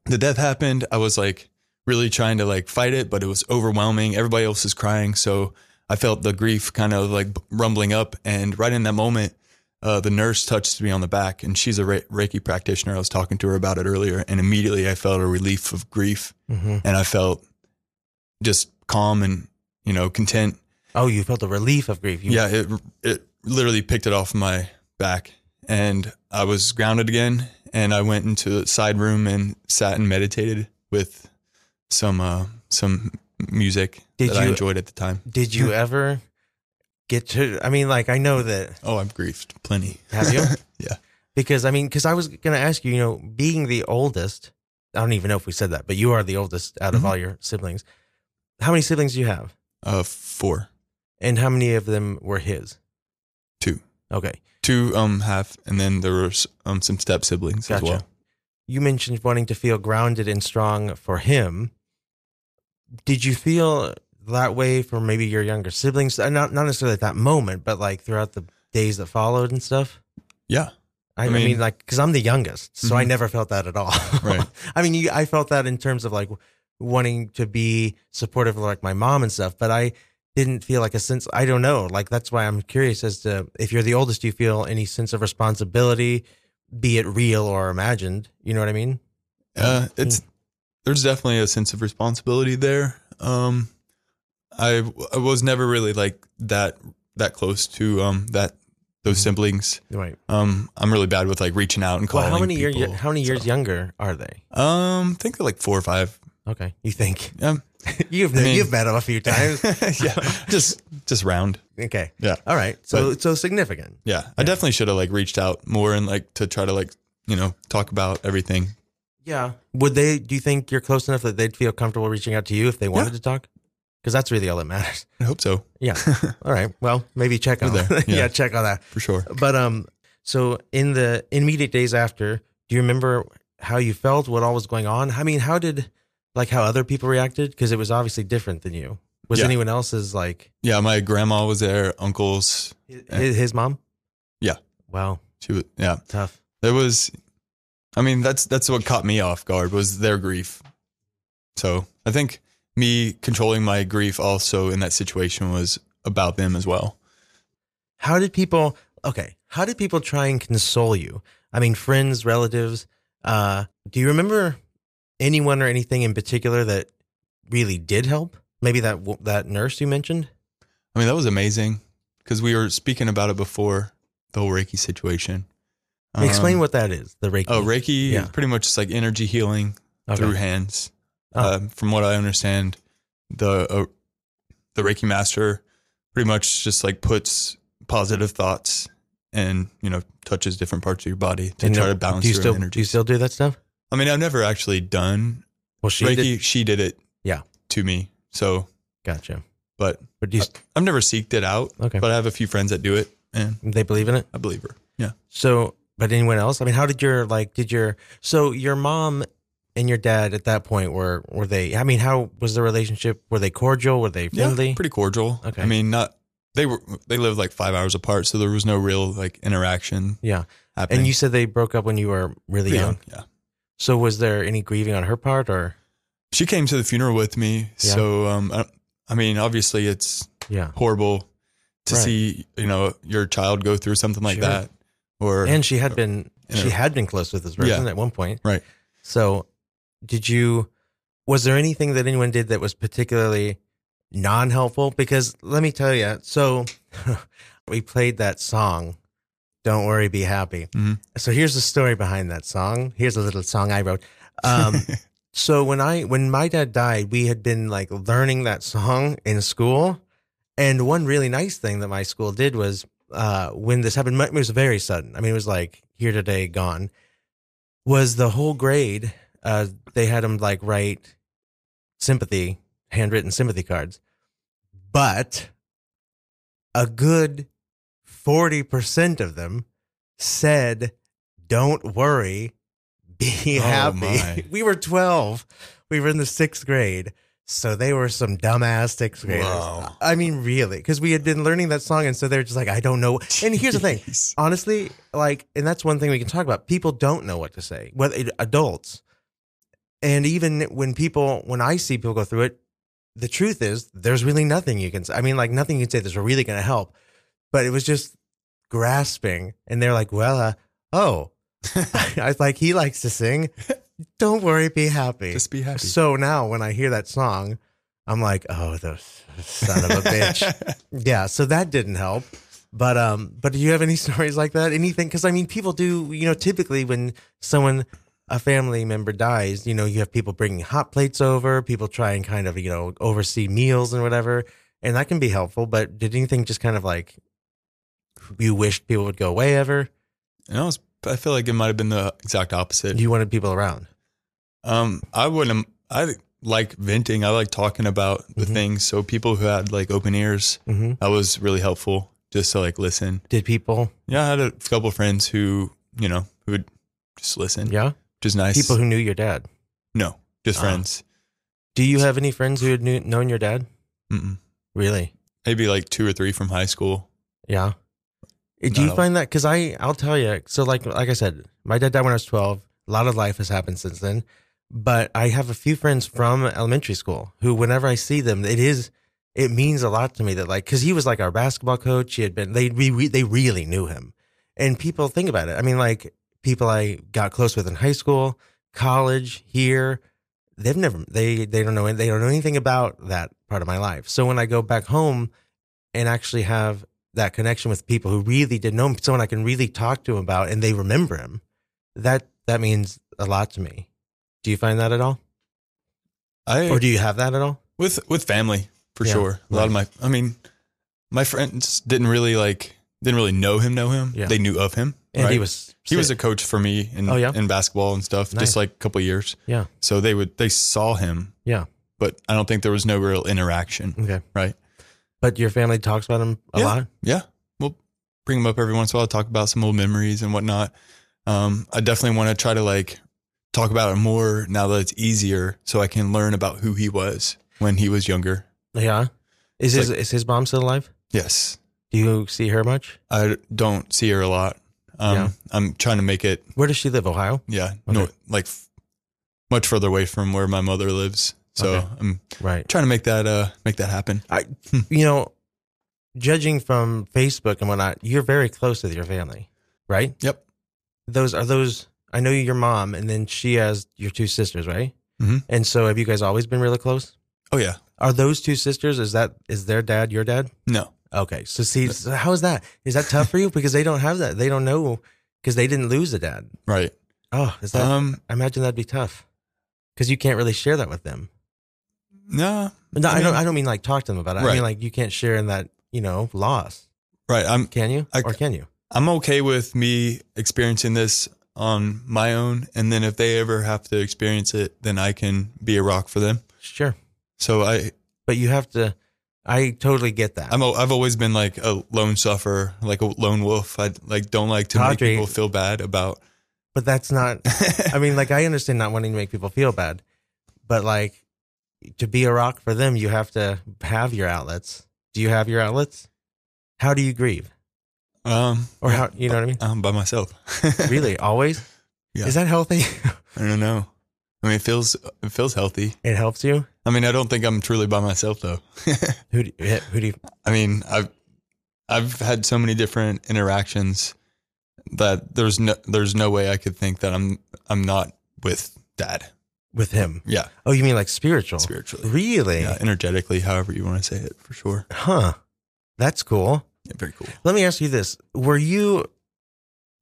Speaker 8: the death happened, I was like really trying to like fight it, but it was overwhelming. Everybody else is crying, so I felt the grief kind of like rumbling up. And right in that moment, uh, the nurse touched me on the back, and she's a Re- Reiki practitioner. I was talking to her about it earlier, and immediately I felt a relief of grief,
Speaker 1: Mhm.
Speaker 8: and I felt just calm and you know content
Speaker 1: Oh, you felt the relief of grief. You,
Speaker 8: yeah, it it literally picked it off my back, and I was grounded again. And I went into the side room and sat and meditated with some uh, some music
Speaker 1: Did
Speaker 8: that I
Speaker 1: you-
Speaker 8: enjoyed at the time.
Speaker 1: Did
Speaker 8: [LAUGHS]
Speaker 1: you ever get to? I mean, like I know that.
Speaker 8: Oh, I've griefed plenty.
Speaker 1: Have you?
Speaker 8: [LAUGHS] yeah.
Speaker 1: Because I mean, because I was going to ask you, you know, being the oldest, I don't even know if we said that, but you are the oldest out of
Speaker 8: Mhm.
Speaker 1: all your siblings. How many siblings do you have?
Speaker 8: Uh, four,
Speaker 1: And how many of them were his?
Speaker 8: two,
Speaker 1: Okay.
Speaker 8: two um half, and then there were s- um some step siblings
Speaker 1: Gotcha.
Speaker 8: as well.
Speaker 1: You mentioned wanting to feel grounded and strong for him. Did you feel that way for maybe your younger siblings? Uh, Not not necessarily at that moment, but like throughout the days that followed and stuff.
Speaker 8: Yeah,
Speaker 1: I, I
Speaker 8: I
Speaker 1: mean,
Speaker 8: mean-
Speaker 1: like, because I'm the youngest, so I
Speaker 8: Mhm.
Speaker 1: never felt that at all.
Speaker 8: Right.
Speaker 1: [LAUGHS] I mean, you, I felt that in terms of like wanting to be supportive of like my mom and stuff, but I didn't feel like a sense. I don't know. Like that's why I'm curious as to if you're the oldest, do you feel any sense of responsibility, be it real or imagined? You know what I mean? Oh,
Speaker 8: uh, it's there's definitely a sense of responsibility there. Um, I I was never really like that that close to um that those siblings.
Speaker 1: Right.
Speaker 8: Um, I'm really bad with like reaching out and calling.
Speaker 1: Mm-hmm. Well, how many years?
Speaker 8: people,
Speaker 1: How many years
Speaker 8: so.
Speaker 1: younger are they?
Speaker 8: Um, I think they're like four or five.
Speaker 1: Okay, you
Speaker 8: [LAUGHS]
Speaker 1: think [LAUGHS]
Speaker 8: Um,
Speaker 1: you've
Speaker 8: I mean-
Speaker 1: you've met them a
Speaker 8: [LAUGHS]
Speaker 1: few times?
Speaker 8: yeah, just just round.
Speaker 1: okay.
Speaker 8: Yeah.
Speaker 1: All right. So so significant.
Speaker 8: Yeah, I definitely should have like reached out more and like to try to like you know talk about everything.
Speaker 1: Yeah. Would they? Do you think you're close enough that they'd feel comfortable reaching out to you if they wanted to talk? Because that's really all that
Speaker 8: [LAUGHS]
Speaker 1: matters.
Speaker 8: I hope so
Speaker 1: Yeah. all right. Well, maybe check on
Speaker 8: We're
Speaker 1: that.
Speaker 8: there.
Speaker 1: [LAUGHS] Yeah.
Speaker 8: Yeah.
Speaker 1: Check on that.
Speaker 8: for sure.
Speaker 1: But um, so in the immediate days after, do you remember how you felt? What all was going on? I mean, how did like how other people reacted? Because it was obviously different than you. Was
Speaker 8: Yeah.
Speaker 1: anyone else's like
Speaker 8: Yeah, my grandma was there, uncles.
Speaker 1: his, his mom?
Speaker 8: Eh. Yeah.
Speaker 1: Wow.
Speaker 8: She was yeah.
Speaker 1: Tough.
Speaker 8: There was, I mean that's that's what caught me off guard was their grief. So I think me controlling my grief also in that situation was about them as well.
Speaker 1: How did people? Okay. How did people try and console you? I mean, friends, relatives. Uh, do you remember anyone or anything in particular that really did help? Maybe that w- that nurse you mentioned.
Speaker 8: I mean, that was amazing because we were speaking about it before the whole Reiki situation.
Speaker 1: Explain
Speaker 8: Um,
Speaker 1: what that is. The Reiki.
Speaker 8: Oh, Reiki
Speaker 1: Yeah.
Speaker 8: is pretty much just like energy healing
Speaker 1: Okay.
Speaker 8: through hands.
Speaker 1: Oh.
Speaker 8: Um, from what I understand, the uh, the Reiki master pretty much just like puts positive thoughts and you know touches different parts of your body to
Speaker 1: And
Speaker 8: try
Speaker 1: no-
Speaker 8: to balance
Speaker 1: do you
Speaker 8: your
Speaker 1: still,
Speaker 8: energy.
Speaker 1: Do you still do that stuff?
Speaker 8: I mean, I've never actually done
Speaker 1: Well, she
Speaker 8: Reiki.
Speaker 1: did.
Speaker 8: She did it.
Speaker 1: Yeah.
Speaker 8: To me. So,
Speaker 1: Gotcha.
Speaker 8: but
Speaker 1: But do you,
Speaker 8: I've never seeked it out.
Speaker 1: Okay.
Speaker 8: But I have a few friends that do it, and
Speaker 1: they believe in it.
Speaker 8: I believe her. Yeah.
Speaker 1: So, but anyone else? I mean, how did your like? Did your so your mom and your dad at that point were were they? I mean, how was the relationship? Were they cordial? Were they friendly?
Speaker 8: pretty cordial.
Speaker 1: Okay.
Speaker 8: I mean, not they were they lived like five hours apart, so there was no real like interaction
Speaker 1: yeah.
Speaker 8: happening.
Speaker 1: And you said they broke up when you were really
Speaker 8: Pretty
Speaker 1: young.
Speaker 8: young, yeah.
Speaker 1: So was there any grieving on her part, or
Speaker 8: She came to the funeral with me,
Speaker 1: Yeah.
Speaker 8: so um, I, I mean, obviously it's
Speaker 1: yeah?
Speaker 8: horrible to
Speaker 1: Right.
Speaker 8: see you know your child go through something like
Speaker 1: Sure.
Speaker 8: that, or
Speaker 1: And she had been
Speaker 8: in
Speaker 1: she
Speaker 8: a-
Speaker 1: had been close with this person at one point,
Speaker 8: Right.
Speaker 1: So, did you? Was there anything that anyone did that was particularly non-helpful? Because let me tell you, so [LAUGHS] we played that song. Don't worry, be happy.
Speaker 8: Mhm.
Speaker 1: So here's the story behind that song. Here's a little song I wrote.
Speaker 8: [LAUGHS]
Speaker 1: Um, so when I when my dad died, we had been like learning that song in school, and one really nice thing that my school did was uh, when this happened, it was very sudden. I mean, it was like here today, gone. Was the whole grade? Uh, they had them like write sympathy, handwritten sympathy cards, but a good forty percent of them said, "Don't worry, be
Speaker 8: Oh,
Speaker 1: happy."
Speaker 8: my.
Speaker 1: [LAUGHS] We were twelve. We were in the sixth grade. So they were some dumbass sixth graders.
Speaker 8: Wow.
Speaker 1: I mean, really, because we had been learning that song, and so they're just like, I don't know. And here's the thing,
Speaker 8: Jeez.
Speaker 1: honestly, like, and that's one thing we can talk about. People don't know what to say, whether adults, and even when people, when I see people go through it, the truth is there's really nothing you can. say. I mean, like nothing you can say that's really going to help. But it was just grasping, and they're like, well, uh, oh, [LAUGHS] I was like, he likes to sing. Don't worry, be happy.
Speaker 8: just be happy.
Speaker 1: So now when I hear that song, I'm like, oh, the son of a bitch. yeah. So that didn't help. But um, but do you have any [LAUGHS] stories like that? Anything? Because I mean, people do. You know, typically when someone, a family member dies, you know, you have people bringing hot plates over. People try and kind of you know oversee meals and whatever, and that can be helpful. But did anything just kind of like you wished people would go away ever?
Speaker 8: and I was I feel like it might have been the exact opposite.
Speaker 1: You wanted people around.
Speaker 8: Um, I wouldn't. I like venting. I like talking about the
Speaker 1: Mhm.
Speaker 8: things. So people who had like open ears,
Speaker 1: hmm
Speaker 8: that was really helpful just to like listen.
Speaker 1: Did people?
Speaker 8: Yeah, I had a couple friends who, you know, who would just listen,
Speaker 1: Yeah.
Speaker 8: which is nice.
Speaker 1: People who knew your dad.
Speaker 8: no, just
Speaker 1: Ah.
Speaker 8: friends.
Speaker 1: Do you have any friends who had knew, known your dad?
Speaker 8: Mm-mm.
Speaker 1: Really?
Speaker 8: Maybe like two or three from high school.
Speaker 1: Yeah. Do you
Speaker 8: No.
Speaker 1: find that? Because I, I'll tell you. So, like, like I said, my dad died when I was twelve. A lot of life has happened since then, but I have a few friends from elementary school who, whenever I see them, it is, it means a lot to me that, like, because he was like our basketball coach. He had been they we, we they really knew him, and people think about it. I mean, like people I got close with in high school, college, here, they've never they they don't know they don't know anything about that part of my life. So when I go back home and actually have that connection with people who really did know him, someone I can really talk to him about and they remember him, that that means a lot to me. Do you find that at all?
Speaker 8: I
Speaker 1: Or do you have that at all?
Speaker 8: with with family for
Speaker 1: Yeah,
Speaker 8: sure. A lot of my, I mean, my friends didn't really like didn't really know him, know him.
Speaker 1: Yeah.
Speaker 8: They knew of him.
Speaker 1: And he
Speaker 8: right?
Speaker 1: was
Speaker 8: he was a
Speaker 1: sick.
Speaker 8: coach for me in
Speaker 1: Oh, yeah?
Speaker 8: in basketball and stuff,
Speaker 1: Nice.
Speaker 8: just like a couple years.
Speaker 1: Yeah.
Speaker 8: So they would they saw him.
Speaker 1: Yeah.
Speaker 8: But I don't think there was no real interaction.
Speaker 1: okay.
Speaker 8: Right.
Speaker 1: But your family talks about him a
Speaker 8: Yeah.
Speaker 1: lot.
Speaker 8: Yeah. We'll bring him up every once in a while, talk about some old memories and whatnot. Um, I definitely want to try to like talk about it more now that it's easier so I can learn about who he was when he was younger.
Speaker 1: Yeah. Is
Speaker 8: It's
Speaker 1: his is his mom still alive?
Speaker 8: Yes.
Speaker 1: Do you see her much?
Speaker 8: I don't see her a lot. Um,
Speaker 1: Yeah.
Speaker 8: I'm trying to make it,
Speaker 1: Where does she live? Ohio?
Speaker 8: yeah,
Speaker 1: Okay.
Speaker 8: no, like f- much further away from where my mother lives. So
Speaker 1: Okay.
Speaker 8: I'm
Speaker 1: Right.
Speaker 8: trying to make that uh make that happen.
Speaker 1: I you know, judging from Facebook and whatnot, you're very close with your family, right?
Speaker 8: Yep.
Speaker 1: those are those i know your mom and then she has your two sisters right
Speaker 8: Mhm.
Speaker 1: and so have you guys always been really close
Speaker 8: Oh yeah.
Speaker 1: are those two sisters is that is their dad your dad
Speaker 8: No.
Speaker 1: okay so see so how is that is that tough for you because they don't have that they don't know because they didn't lose a dad
Speaker 8: Right.
Speaker 1: oh is that
Speaker 8: um.
Speaker 1: i imagine that'd be tough because you can't really share that with them
Speaker 8: No.
Speaker 1: no i,
Speaker 8: mean-
Speaker 1: don't i don't mean like talk to them about it i mean
Speaker 8: Right.
Speaker 1: like you can't share in that you know loss
Speaker 8: Right. I'm
Speaker 1: can you
Speaker 8: I-
Speaker 1: or can you
Speaker 8: I'm okay with me experiencing this on my own, and then if they ever have to experience it, then I can be a rock for them.
Speaker 1: sure
Speaker 8: So I
Speaker 1: but you have to i totally get that
Speaker 8: I'm a, I've always been like a lone sufferer, like a lone wolf. I like don't like to make
Speaker 1: Audrey.
Speaker 8: people feel bad
Speaker 1: [LAUGHS]
Speaker 8: about.
Speaker 1: but that's not I mean, like I understand not wanting to make people feel bad, but like to be a rock for them, you have to have your outlets. Do you have your outlets? How do you grieve?
Speaker 8: um.
Speaker 1: Or how you know what I
Speaker 8: [LAUGHS]
Speaker 1: mean?
Speaker 8: I'm by myself.
Speaker 1: Really, always?
Speaker 8: Yeah.
Speaker 1: Is that healthy?
Speaker 8: [LAUGHS]
Speaker 1: [LAUGHS]
Speaker 8: I don't know. I mean, it feels it feels healthy.
Speaker 1: it helps you.
Speaker 8: I mean, I don't think I'm truly by myself though. [LAUGHS]
Speaker 1: Who do, eh, who do you?
Speaker 8: I mean, I've I've had so many different interactions that there's no there's no way I could think that I'm I'm not with dad.
Speaker 1: With him?
Speaker 8: Yeah,
Speaker 1: Oh, you mean like spiritual?
Speaker 8: spiritually,
Speaker 1: Really?
Speaker 8: yeah, energetically, however you want to say it, for sure.
Speaker 1: Huh. That's cool.
Speaker 8: Yeah, very cool.
Speaker 1: Let me ask you this: Were you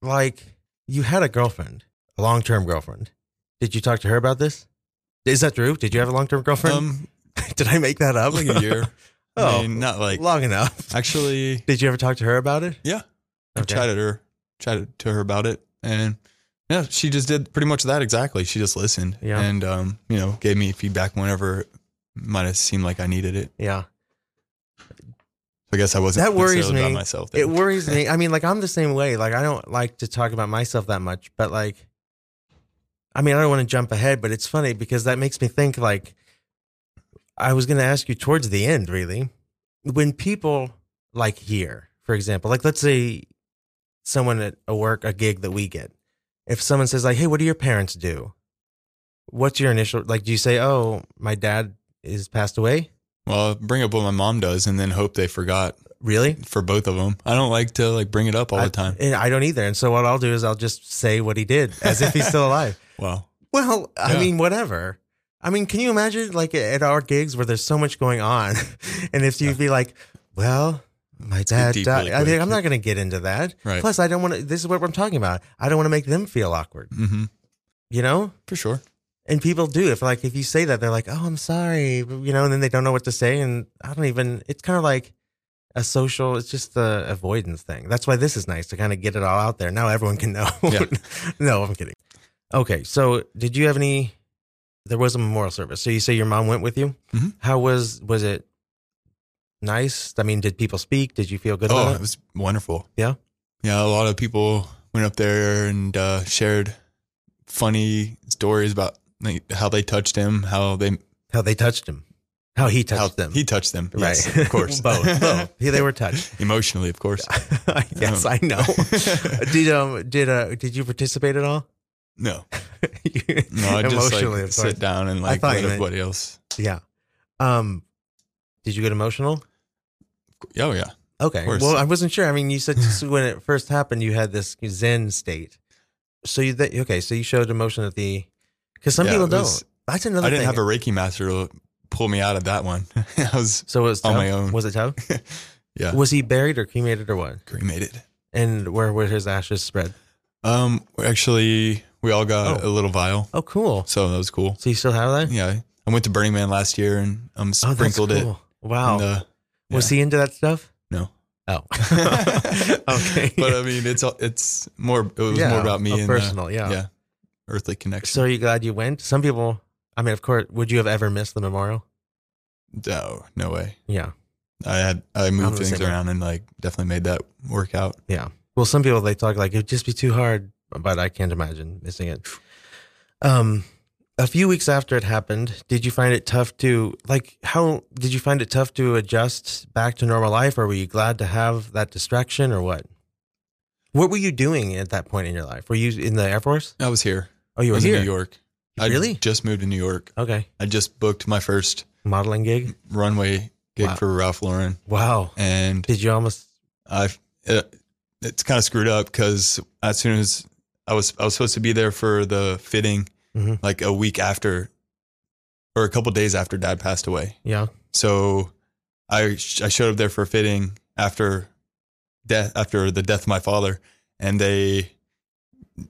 Speaker 1: like you had a girlfriend, a long-term girlfriend? Did you talk to her about this? Is that true? Did you have a long-term girlfriend?
Speaker 8: Um,
Speaker 1: [LAUGHS] Did I make that up?
Speaker 8: like a year.
Speaker 1: [LAUGHS] Oh,
Speaker 8: I mean, not like
Speaker 1: long enough.
Speaker 8: actually.
Speaker 1: Did you ever talk to her about it?
Speaker 8: Yeah, I
Speaker 1: Okay.
Speaker 8: chatted her, chatted to her about it, and yeah, she just did pretty much that exactly. She just listened,
Speaker 1: Yeah.
Speaker 8: and um, you know, gave me feedback whenever it might have seemed like I needed it.
Speaker 1: Yeah.
Speaker 8: I guess I wasn't
Speaker 1: That worries
Speaker 8: necessarily
Speaker 1: me.
Speaker 8: by myself.
Speaker 1: It
Speaker 8: then.
Speaker 1: worries me. I mean, like, I'm the same way. Like, I don't like to talk about myself that much, but like, I mean, I don't want to jump ahead, but it's funny because that makes me think like, I was going to ask you towards the end, really. When people like here, for example, like, let's say someone at a work, a gig that we get, if someone says, like, hey, what do your parents do? What's your initial, like, do you say, oh, my dad is passed away?
Speaker 8: Well, I'll bring up what my mom does and then hope they forgot
Speaker 1: Really?
Speaker 8: for both of them. I don't like to like bring it up all the time.
Speaker 1: I, and I don't either. And so what I'll do is I'll just say what he did as if he's
Speaker 8: [LAUGHS]
Speaker 1: still alive.
Speaker 8: Wow.
Speaker 1: Well, I
Speaker 8: Yeah.
Speaker 1: mean, whatever. I mean, can you imagine like at our gigs where there's so much going on, [LAUGHS] and if you'd be like, "Well, my dad
Speaker 8: deep
Speaker 1: died,"
Speaker 8: really
Speaker 1: I mean,
Speaker 8: quick.
Speaker 1: I'm not going to get into that.
Speaker 8: Right.
Speaker 1: Plus, I don't want to. This is what I'm talking about. I don't want to make them feel awkward.
Speaker 8: hmm
Speaker 1: You know.
Speaker 8: For sure.
Speaker 1: And people do. If like if you say that, they're like, "Oh, I'm sorry," but, you know, and then they don't know what to say, and I don't even. It's kind of like a social. It's just the avoidance thing. That's why this is nice to kind of get it all out there. [LAUGHS] Now everyone can know.
Speaker 8: Yeah.
Speaker 1: no, I'm kidding. Okay, so did you have any there was a memorial service. So you say your mom went with you.
Speaker 8: Mhm.
Speaker 1: How was was it? Nice. I mean, did people speak? Did you feel good?
Speaker 8: Oh,
Speaker 1: about
Speaker 8: it
Speaker 1: it?
Speaker 8: was wonderful.
Speaker 1: Yeah?
Speaker 8: Yeah, a lot of people went up there and uh, shared funny stories about like, how they touched him, how they
Speaker 1: How they touched him? How he
Speaker 8: how
Speaker 1: touched them?
Speaker 8: He touched them.
Speaker 1: right?
Speaker 8: Yes, of
Speaker 1: [LAUGHS]
Speaker 8: course. [LAUGHS]
Speaker 1: both. Both. He- they were touched.
Speaker 8: Emotionally, of course.
Speaker 1: yes, [LAUGHS]
Speaker 8: Um.
Speaker 1: I
Speaker 8: [LAUGHS]
Speaker 1: know. did um did uh did you participate at all?
Speaker 8: No. No, I just
Speaker 1: emotionally,
Speaker 8: like
Speaker 1: of course.
Speaker 8: sit down and
Speaker 1: I
Speaker 8: like
Speaker 1: thought
Speaker 8: let
Speaker 1: you meant-
Speaker 8: everybody else.
Speaker 1: Yeah. Um, did you get emotional?
Speaker 8: Oh yeah.
Speaker 1: Okay.
Speaker 8: Of course.
Speaker 1: Well, I wasn't sure. I mean, you said
Speaker 8: [LAUGHS]
Speaker 1: just when it first happened, you had this Zen state. So you that okay? So you showed emotion at the because some
Speaker 8: Yeah,
Speaker 1: people
Speaker 8: it
Speaker 1: don't.
Speaker 8: was-
Speaker 1: That's another.
Speaker 8: I didn't
Speaker 1: thing.
Speaker 8: have a Reiki master to pull me out of that one. [LAUGHS] I was
Speaker 1: So it was
Speaker 8: on
Speaker 1: tough?
Speaker 8: my own.
Speaker 1: Was it tough?
Speaker 8: [LAUGHS] yeah
Speaker 1: Was he buried or cremated or what?
Speaker 8: cremated.
Speaker 1: And where were his ashes spread?
Speaker 8: Um, actually, we all got
Speaker 1: Oh.
Speaker 8: a little vial,
Speaker 1: Oh, cool.
Speaker 8: so that was cool.
Speaker 1: So you still have that?
Speaker 8: Yeah, I went to Burning Man last year and um
Speaker 1: Oh, that's
Speaker 8: sprinkled it.
Speaker 1: cool. Wow.
Speaker 8: in the-
Speaker 1: Was he into that stuff?
Speaker 8: No. [LAUGHS]
Speaker 1: Oh. [LAUGHS] okay.
Speaker 8: okay, but I mean, it's all it's more. It was
Speaker 1: Yeah,
Speaker 8: more about me
Speaker 1: a
Speaker 8: and uh,
Speaker 1: personal. yeah.
Speaker 8: yeah, earthly connection.
Speaker 1: So are you glad you went? Some people, I mean, of course, would you have ever missed the memorial?
Speaker 8: no, no way.
Speaker 1: Yeah.
Speaker 8: I had I
Speaker 1: the
Speaker 8: moved things
Speaker 1: same way.
Speaker 8: around and like definitely made that work out.
Speaker 1: Well, some people they talk like it'd just be too hard, but I can't imagine missing it. Um, a few weeks after it happened, did you find it tough to like? How did you find it tough to adjust back to normal life, or were you glad to have that distraction, or what? What were you doing at that point in your life? Were you in the Air Force?
Speaker 8: I was here.
Speaker 1: Oh, you
Speaker 8: I
Speaker 1: were
Speaker 8: was
Speaker 1: here.
Speaker 8: in New York. I
Speaker 1: Really?
Speaker 8: just moved to New York.
Speaker 1: Okay,
Speaker 8: I just booked my first
Speaker 1: modeling gig.
Speaker 8: runway gig
Speaker 1: Wow.
Speaker 8: for Ralph Lauren,
Speaker 1: Wow.
Speaker 8: and
Speaker 1: Did you almost?
Speaker 8: I it, it's kind of screwed up because as soon as I was I was supposed to be there for the fitting
Speaker 1: Mhm.
Speaker 8: like a week after or a couple days after Dad passed away.
Speaker 1: Yeah.
Speaker 8: So I sh- I showed up there for a fitting after death after the death of my father, and they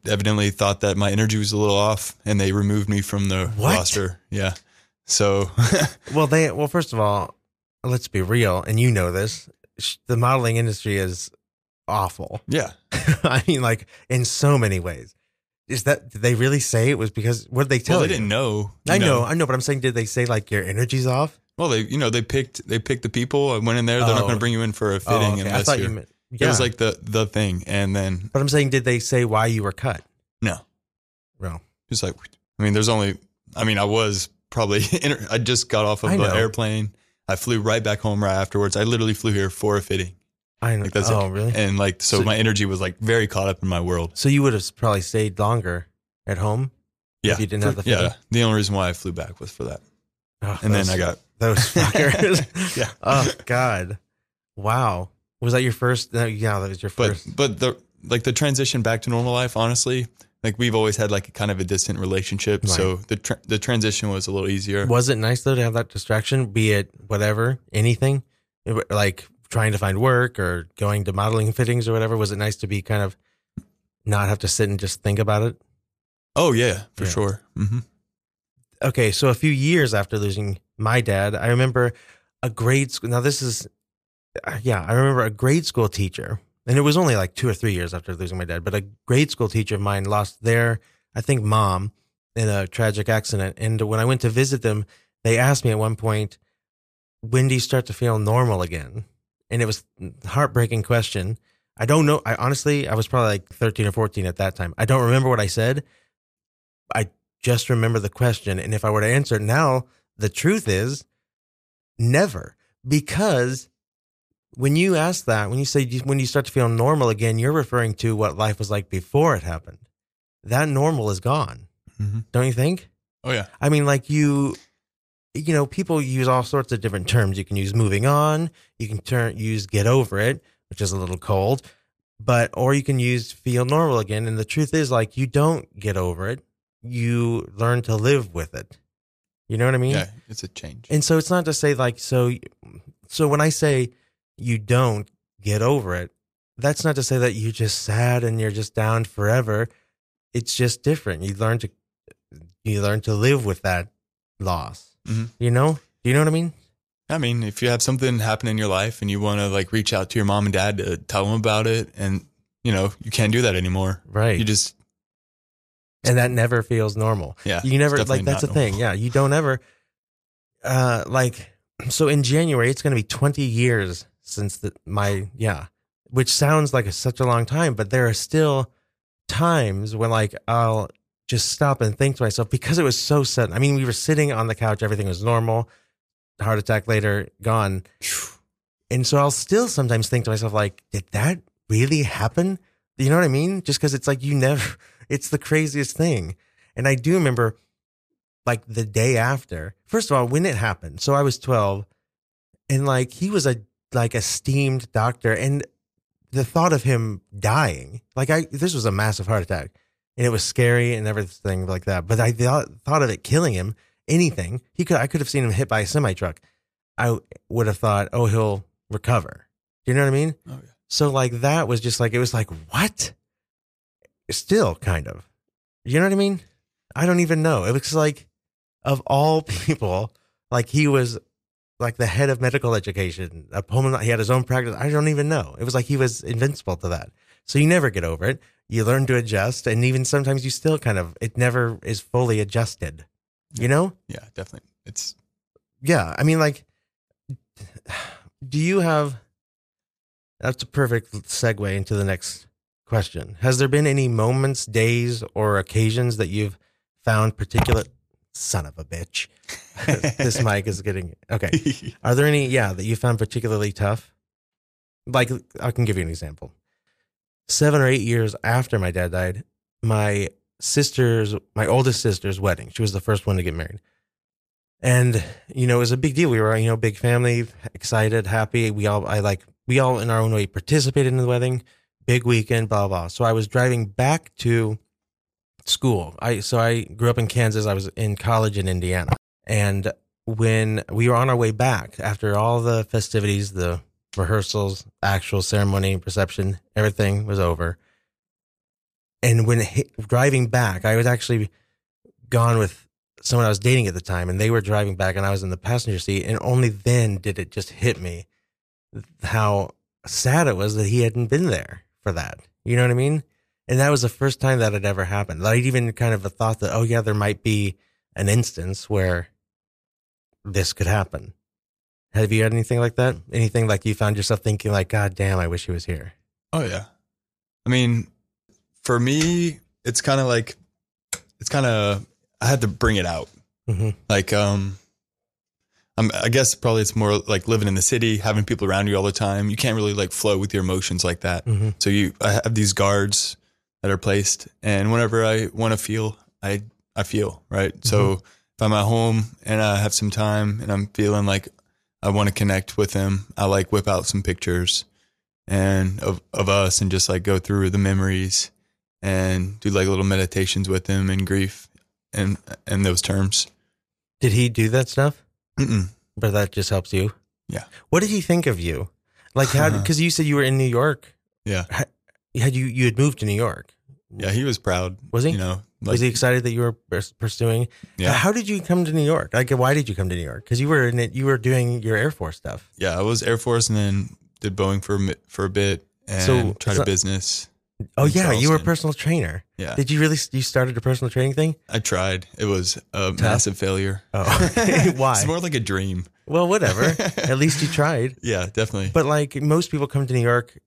Speaker 8: evidently thought that my energy was a little off, and they removed me from the
Speaker 1: What?
Speaker 8: roster. Yeah. So [LAUGHS]
Speaker 1: Well, they well, first of all, let's be real, and you know this. sh- The modeling industry is awful. [LAUGHS]
Speaker 8: yeah,
Speaker 1: I mean, like in so many ways. Is that did they really say it was because what did they tell
Speaker 8: well, they
Speaker 1: you?
Speaker 8: didn't know. you
Speaker 1: I know, I know, but I'm saying, did they say like your energy's off?
Speaker 8: Well, they you know they picked they picked the people. I went in there. They're
Speaker 1: Oh.
Speaker 8: not going to bring you in for a fitting
Speaker 1: okay.
Speaker 8: unless
Speaker 1: I thought
Speaker 8: you're.
Speaker 1: you meant. Yeah.
Speaker 8: It was like the the thing, and then
Speaker 1: but I'm saying, did they say why you were cut?
Speaker 8: No.
Speaker 1: No.
Speaker 8: just like I mean, there's only I mean I was probably [LAUGHS] inter- I just got off of
Speaker 1: I
Speaker 8: an
Speaker 1: know.
Speaker 8: airplane. I flew right back home right afterwards. I literally flew here for a fitting,
Speaker 1: I know.
Speaker 8: like that's
Speaker 1: oh,
Speaker 8: it.
Speaker 1: really?
Speaker 8: and like so,
Speaker 1: So-
Speaker 8: my energy was like very caught up in my world.
Speaker 1: so you would have probably stayed longer at home
Speaker 8: Yeah,
Speaker 1: if you didn't have the
Speaker 8: yeah. The only reason why I flew back was for that,
Speaker 1: Oh,
Speaker 8: and
Speaker 1: those-
Speaker 8: then I got [LAUGHS]
Speaker 1: those fuckers.
Speaker 8: Yeah.
Speaker 1: Oh God. Wow. Was that your first? no, Yeah, that was your
Speaker 8: but
Speaker 1: first.
Speaker 8: but the like the transition back to normal life honestly like we've always had like a kind of a distant relationship
Speaker 1: Right.
Speaker 8: so the tr the transition was a little easier
Speaker 1: was it nice though to have that distraction, be it whatever, anything, It wa- like trying to find work or going to modeling fittings or whatever? Was it nice to be kind of not have to sit and just think about it?
Speaker 8: oh yeah for
Speaker 1: Yeah.
Speaker 8: sure hmm
Speaker 1: Okay, so a few years after losing my dad, I remember a grade school. Now this is, uh, yeah, I remember a grade school teacher, and it was only like two or three years after losing my dad. But a grade school teacher of mine lost their, I think, mom in a tragic accident. And when I went to visit them, they asked me at one point, "When do you start to feel normal again?" And it was a heartbreaking question. I don't know. I honestly, I was probably like thirteen or fourteen at that time. I don't remember what I said just remember the question. And if I were to answer it now, the truth is never. Because when you ask that, when you say when you start to feel normal again, you're referring to what life was like before it happened. That normal is gone,
Speaker 8: Mhm.
Speaker 1: don't you think?
Speaker 8: oh yeah
Speaker 1: I mean, like you, you know, people use all sorts of different terms. You can use moving on. You can turn use get over it, which is a little cold, but or you can use feel normal again. And the truth is, like you don't get over it. You learn to live with it. You know what I mean?
Speaker 8: yeah it's a change
Speaker 1: And so it's not to say like so so when I say you don't get over it, that's not to say that you're just sad and you're just down forever. It's just different. You learn to you learn to live with that loss.
Speaker 8: Mhm.
Speaker 1: You know? Do you know what I mean?
Speaker 8: i mean if you have something happen in your life and you want to like reach out to your mom and dad to tell them about it and you know you can't do that anymore
Speaker 1: Right.
Speaker 8: you just
Speaker 1: and that never feels normal.
Speaker 8: Yeah,
Speaker 1: you never
Speaker 8: it's
Speaker 1: like
Speaker 8: definitely
Speaker 1: that's the
Speaker 8: not
Speaker 1: thing. Yeah, you don't ever uh like so in January it's going to be 20 years since the, my yeah, which sounds like such a long time, but there are still times when like I'll just stop and think to myself because it was so sudden. I mean, we were sitting on the couch, everything was normal. Heart attack later, gone. And so I'll still sometimes think to myself, like, did that really happen? You know what I mean? Just because it's like you never, [LAUGHS] it's the craziest thing. And I do remember like the day after, first of all, when it happened. So I was 12 and like he was a like esteemed doctor and the thought of him dying, like I, this was a massive heart attack and it was scary and everything like that. But I thought, thought of it killing him, anything. He could, I could have seen him hit by a semi truck. I would have thought, oh, he'll recover. You know what I mean?
Speaker 8: Oh, yeah.
Speaker 1: So like that was just like it was like what? Still kind of. You know what I mean? I don't even know. It looks like of all [LAUGHS] people, like he was like the head of medical education, a pulmonologist. He had his own practice. I don't even know. It was like he was invincible to that. So you never get over it. You learn to adjust, and even sometimes you still kind of it never is fully adjusted. You know?
Speaker 8: Yeah, definitely. It's [LAUGHS]
Speaker 1: [LAUGHS] yeah i mean like do you have that's a perfect segue into the next question has there been any moments days or occasions that you've found particular son of a bitch [LAUGHS] this mic is getting okay are there any yeah that you found particularly tough like i can give you an example seven or eight years after my dad died my sister's my oldest sister's wedding she was the first one to get married and you know it was a big deal we were you know big family excited happy we all i like we all in our own way participated in the wedding big weekend blah blah so i was driving back to school i so i grew up in kansas i was in college in indiana and when we were on our way back after all the festivities the rehearsals actual ceremony reception everything was over and when it hit, driving back i was actually gone with someone I was dating at the time, and they were driving back, and I was in the passenger seat, and only then did it just hit me how sad it was that he hadn't been there for that. You know what I mean? And that was the first time that had ever happened. That I'd even kind of thought that, oh yeah, there might be an instance where this could happen. Have you had anything like that? Anything like you found yourself thinking like, God damn, I wish he was here.
Speaker 8: Oh yeah. I mean, for me, it's kind of like it's kind of I had to bring it out.
Speaker 1: Mhm.
Speaker 8: Like um I'm, I guess probably it's more like living in the city, having people around you all the time. You can't really like flow with your emotions like that.
Speaker 1: Mhm.
Speaker 8: So you I have these guards that are placed and whenever I want to feel, I I feel, right?
Speaker 1: Mm-hmm.
Speaker 8: So if I'm at home and I have some time and I'm feeling like I want to connect with him, I like whip out some pictures and of of us and just like go through the memories and do like little meditations with him and grief and and those terms.
Speaker 1: Did he do that stuff?
Speaker 8: Mm-mm.
Speaker 1: But that just helps you.
Speaker 8: Yeah.
Speaker 1: What did he think of you? Like [LAUGHS] how? Because you said you were in New York.
Speaker 8: Yeah.
Speaker 1: Ha- Had you you had moved to New York?
Speaker 8: Yeah, he was proud.
Speaker 1: Was he?
Speaker 8: You know, like,
Speaker 1: was he excited that you were pers- pursuing?
Speaker 8: Yeah.
Speaker 1: How did you come to New York? Like, why did you come to New York? Because you were in it. You were doing your Air Force stuff.
Speaker 8: yeah, I was Air Force and then did Boeing for a mi- for a bit and
Speaker 1: So-
Speaker 8: tried
Speaker 1: so-
Speaker 8: a business.
Speaker 1: Oh
Speaker 8: In
Speaker 1: yeah, you were a
Speaker 8: Charleston.
Speaker 1: personal trainer.
Speaker 8: Yeah,
Speaker 1: Did you really? You started a personal training thing?
Speaker 8: I tried. It was a massive failure.
Speaker 1: Oh, [LAUGHS]
Speaker 8: It's [LAUGHS]
Speaker 1: why?
Speaker 8: more like a dream.
Speaker 1: well, [LAUGHS] whatever. At
Speaker 8: [LAUGHS]
Speaker 1: least you tried.
Speaker 8: Yeah, definitely.
Speaker 1: But like most people come to New York,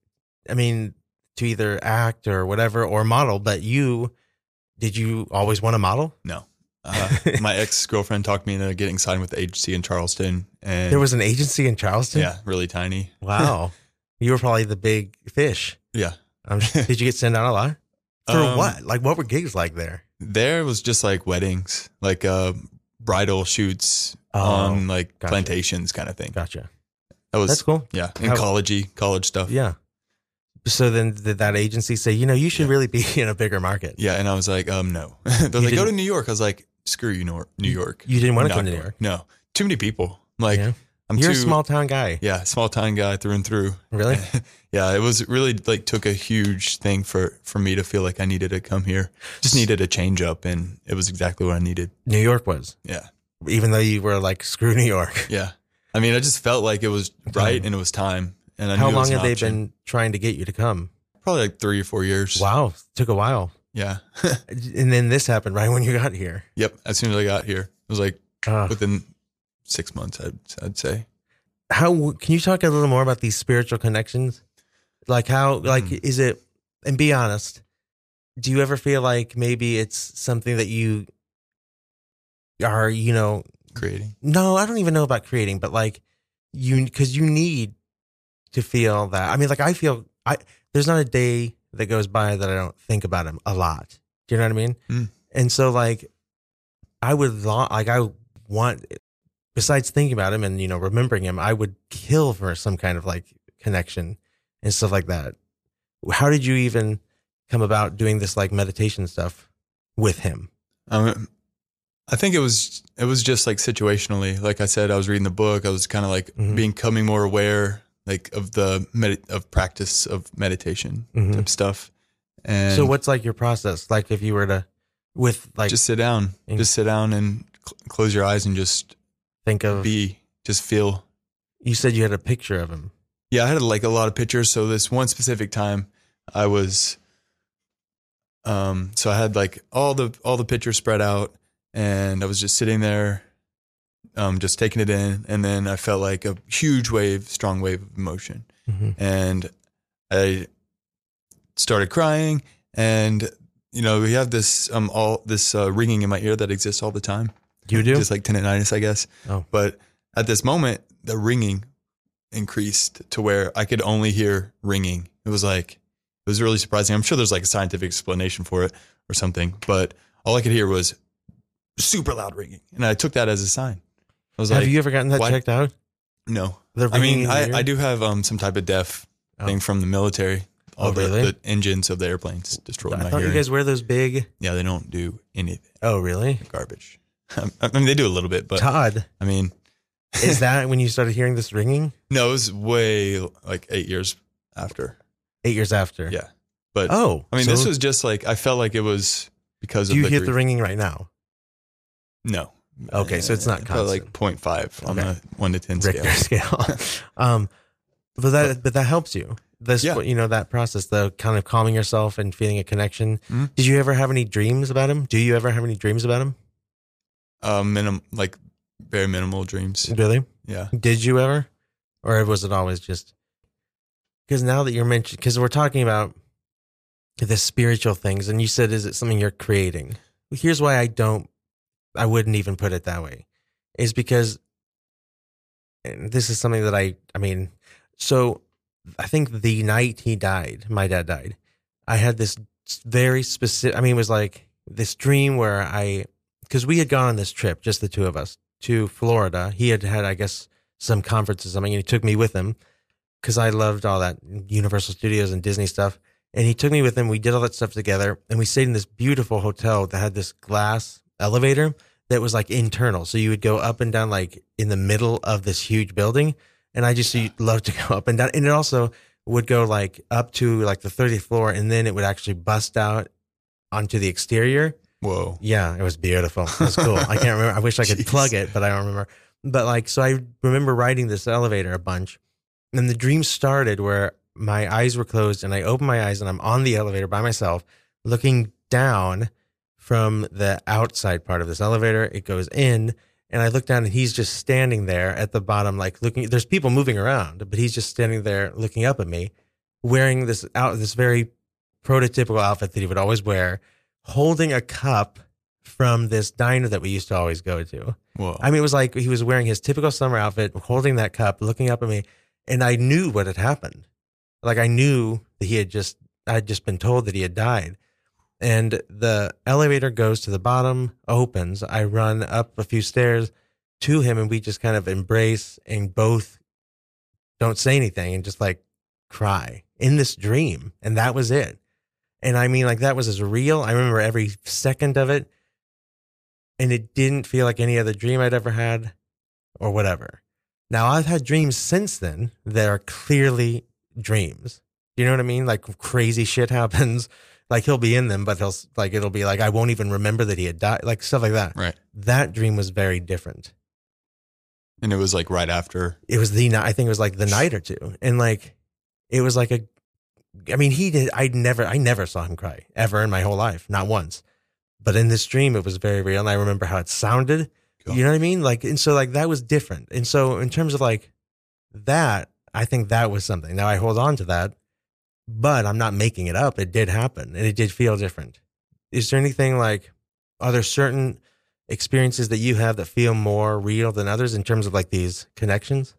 Speaker 1: I mean, to either act or whatever or model. But you, did you always want to model?
Speaker 8: no.
Speaker 1: [LAUGHS]
Speaker 8: Uh, my ex girlfriend talked me into getting signed with the agency in Charleston, and
Speaker 1: There was an agency in Charleston.
Speaker 8: yeah, really tiny. [LAUGHS]
Speaker 1: Wow. you were probably the big fish.
Speaker 8: Yeah, [LAUGHS]
Speaker 1: I'm, did you get sent out a lot? For
Speaker 8: Um,
Speaker 1: what? Like, what were gigs like there?
Speaker 8: There was just like weddings, like uh, bridal shoots
Speaker 1: Oh,
Speaker 8: on like
Speaker 1: gotcha.
Speaker 8: plantations, kind of thing.
Speaker 1: Gotcha.
Speaker 8: That was
Speaker 1: That's cool.
Speaker 8: yeah,
Speaker 1: How-
Speaker 8: ecology, college stuff.
Speaker 1: Yeah. So then did that agency say, you know, you should really be [LAUGHS] in a bigger market?
Speaker 8: Yeah, and I was like, um, no. [LAUGHS] They're like, go
Speaker 1: didn't-
Speaker 8: to New York. I was like, screw you, Nor- New York.
Speaker 1: You didn't want to
Speaker 8: Not
Speaker 1: come to New
Speaker 8: going.
Speaker 1: York.
Speaker 8: No, too many people. I'm like,
Speaker 1: Yeah.
Speaker 8: I'm
Speaker 1: You're
Speaker 8: too
Speaker 1: a small town guy.
Speaker 8: Yeah, small town guy through and through. [LAUGHS]
Speaker 1: Really?
Speaker 8: yeah, it was really like took a huge thing for for me to feel like I needed to come here. Just needed a change up, and it was exactly what I needed.
Speaker 1: New York was,
Speaker 8: Yeah,
Speaker 1: even though you were like, screw New York.
Speaker 8: yeah. I mean, I just felt like it was right and it was time. And I
Speaker 1: How
Speaker 8: knew it
Speaker 1: long
Speaker 8: was an
Speaker 1: had they
Speaker 8: option.
Speaker 1: been trying to get you to come?
Speaker 8: Probably like three or four years.
Speaker 1: Wow. Took a while.
Speaker 8: Yeah.
Speaker 1: And then this happened right when you got here.
Speaker 8: yep. As soon as I got here, it was like
Speaker 1: Uh,
Speaker 8: within six months, I'd, I'd say.
Speaker 1: how can you talk a little more about these spiritual connections? Like how like
Speaker 8: Mhm.
Speaker 1: is it? And be honest. Do you ever feel like maybe it's something that you are you know
Speaker 8: Creating.
Speaker 1: No, I don't even know about creating, but like you, because you need to feel that. I mean, like I feel I. There's not a day that goes by that I don't think about him a lot. Do you know what I mean?
Speaker 8: Mm.
Speaker 1: And so, like, I would lo- like I want. Besides thinking about him and you know remembering him, I would kill for some kind of like connection and stuff like that. How did you even come about doing this like meditation stuff with him?
Speaker 8: Um, I think it was it was just like situationally. Like I said, I was reading the book. I was kind of like
Speaker 1: Mhm.
Speaker 8: becoming more aware, like of the med- of practice of meditation
Speaker 1: Mhm.
Speaker 8: type stuff. And
Speaker 1: so, what's like your process? Like, if you were to with like
Speaker 8: just sit down,
Speaker 1: Mm.
Speaker 8: just sit down and cl- close your eyes and just
Speaker 1: think of
Speaker 8: be, just feel.
Speaker 1: you said you had a picture of him
Speaker 8: Yeah, I had like a lot of pictures. So this one specific time, I was, um, so I had like all the all the pictures spread out, and I was just sitting there, um, just taking it in, and then I felt like a huge wave, strong wave of emotion,
Speaker 1: Mhm.
Speaker 8: and I started crying, and you know we have this um all this uh, ringing in my ear that exists all the time.
Speaker 1: you do
Speaker 8: Just like tinnitus, I guess.
Speaker 1: Oh.
Speaker 8: But at this moment, the ringing increased to where I could only hear ringing. It was like, it was really surprising. I'm sure there's like a scientific explanation for it or something, but all I could hear was super loud ringing. And I took that as a sign. I was
Speaker 1: have
Speaker 8: like,
Speaker 1: you ever gotten that
Speaker 8: why-
Speaker 1: checked out
Speaker 8: no.
Speaker 1: the
Speaker 8: I
Speaker 1: ringing
Speaker 8: mean,
Speaker 1: in your ear?
Speaker 8: I, I do have um, some type of deaf
Speaker 1: Oh.
Speaker 8: thing from the military. All
Speaker 1: Oh,
Speaker 8: the,
Speaker 1: really?
Speaker 8: the engines of the airplanes destroyed
Speaker 1: I
Speaker 8: my
Speaker 1: thought
Speaker 8: hearing.
Speaker 1: you guys wear those big
Speaker 8: yeah, they don't do anything.
Speaker 1: oh really
Speaker 8: Garbage. [LAUGHS] I mean, they do a little bit, but [LAUGHS]
Speaker 1: todd
Speaker 8: I mean,
Speaker 1: is that when you started hearing this ringing
Speaker 8: No, it was way like eight years after.
Speaker 1: eight years after
Speaker 8: Yeah. But
Speaker 1: oh
Speaker 8: I mean, this
Speaker 1: so
Speaker 8: was just like, I felt like it was because
Speaker 1: do
Speaker 8: of
Speaker 1: you
Speaker 8: the
Speaker 1: hear the
Speaker 8: grief.
Speaker 1: ringing right now
Speaker 8: No.
Speaker 1: Okay, so it's not
Speaker 8: I felt like
Speaker 1: constant.
Speaker 8: 0.5 on
Speaker 1: Okay.
Speaker 8: the 1 to 10
Speaker 1: richter
Speaker 8: scale.
Speaker 1: scale
Speaker 8: [LAUGHS]
Speaker 1: um but that but that helps you this
Speaker 8: Yeah.
Speaker 1: you know that process the kind of calming yourself and feeling a connection
Speaker 8: Mhm.
Speaker 1: did you ever have any dreams about him do you ever have any dreams about him
Speaker 8: Uh, minim- like very minimal dreams.
Speaker 1: really
Speaker 8: Yeah.
Speaker 1: Did you ever? Or was it always just because now that you're mentioned, because we're talking about the spiritual things, and you said, is it something you're creating? Here's why I don't, I wouldn't even put it that way, is because and this is something that I, I mean, so I think the night he died, my dad died, I had this very specific, I mean, it was like this dream where I, because we had gone on this trip, just the two of us, to Florida. He had had, I guess, some conference or something, and he took me with him because I loved all that Universal Studios and Disney stuff. And he took me with him. We did all that stuff together, and we stayed in this beautiful hotel that had this glass elevator that was like internal. So you would go up and down, like in the middle of this huge building. And I just loved to go up and down. And it also would go like up to like the 30th floor, and then it would actually bust out onto the exterior.
Speaker 8: Whoa.
Speaker 1: Yeah, it was beautiful. It was cool. I can't remember. I wish I could
Speaker 8: Jeez.
Speaker 1: plug it, but I don't remember. But like, so I remember riding this elevator a bunch, and the dream started where my eyes were closed, and I opened my eyes, and I'm on the elevator by myself, looking down from the outside part of this elevator. It goes in, and I look down, and he's just standing there at the bottom, like looking. There's people moving around, but he's just standing there looking up at me, wearing this out this very prototypical outfit that he would always wear, holding a cup from this diner that we used to always go to.
Speaker 8: Whoa.
Speaker 1: I mean, it was like he was wearing his typical summer outfit, holding that cup, looking up at me, and I knew what had happened. Like I knew that he had just I had just been told that he had died. And the elevator goes to the bottom, opens. I run up a few stairs to him and we just kind of embrace and both don't say anything and just like cry in this dream. And that was it. And I mean, like that was as real. I remember every second of it. And it didn't feel like any other dream I'd ever had or whatever. Now, I've had dreams since then that are clearly dreams. You know what I mean? Like crazy shit [LAUGHS] happens. Like he'll be in them, but he'll, s- like, it'll be like, I won't even remember that he had died, like stuff like that.
Speaker 8: right.
Speaker 1: That dream was very different
Speaker 8: And it was like right after.
Speaker 1: it was the night. I think it was like the night or two, and like it was like a I mean, he did. I never, I never saw him cry ever in my whole life, not once. But in this dream, it was very real, and I remember how it sounded.
Speaker 8: Cool.
Speaker 1: You know what I mean? Like, and so like that was different. And so in terms of like that, I think that was something. Now I hold on to that, but I'm not making it up. It did happen, and it did feel different. Is there anything like? Are there certain experiences that you have that feel more real than others in terms of like these connections?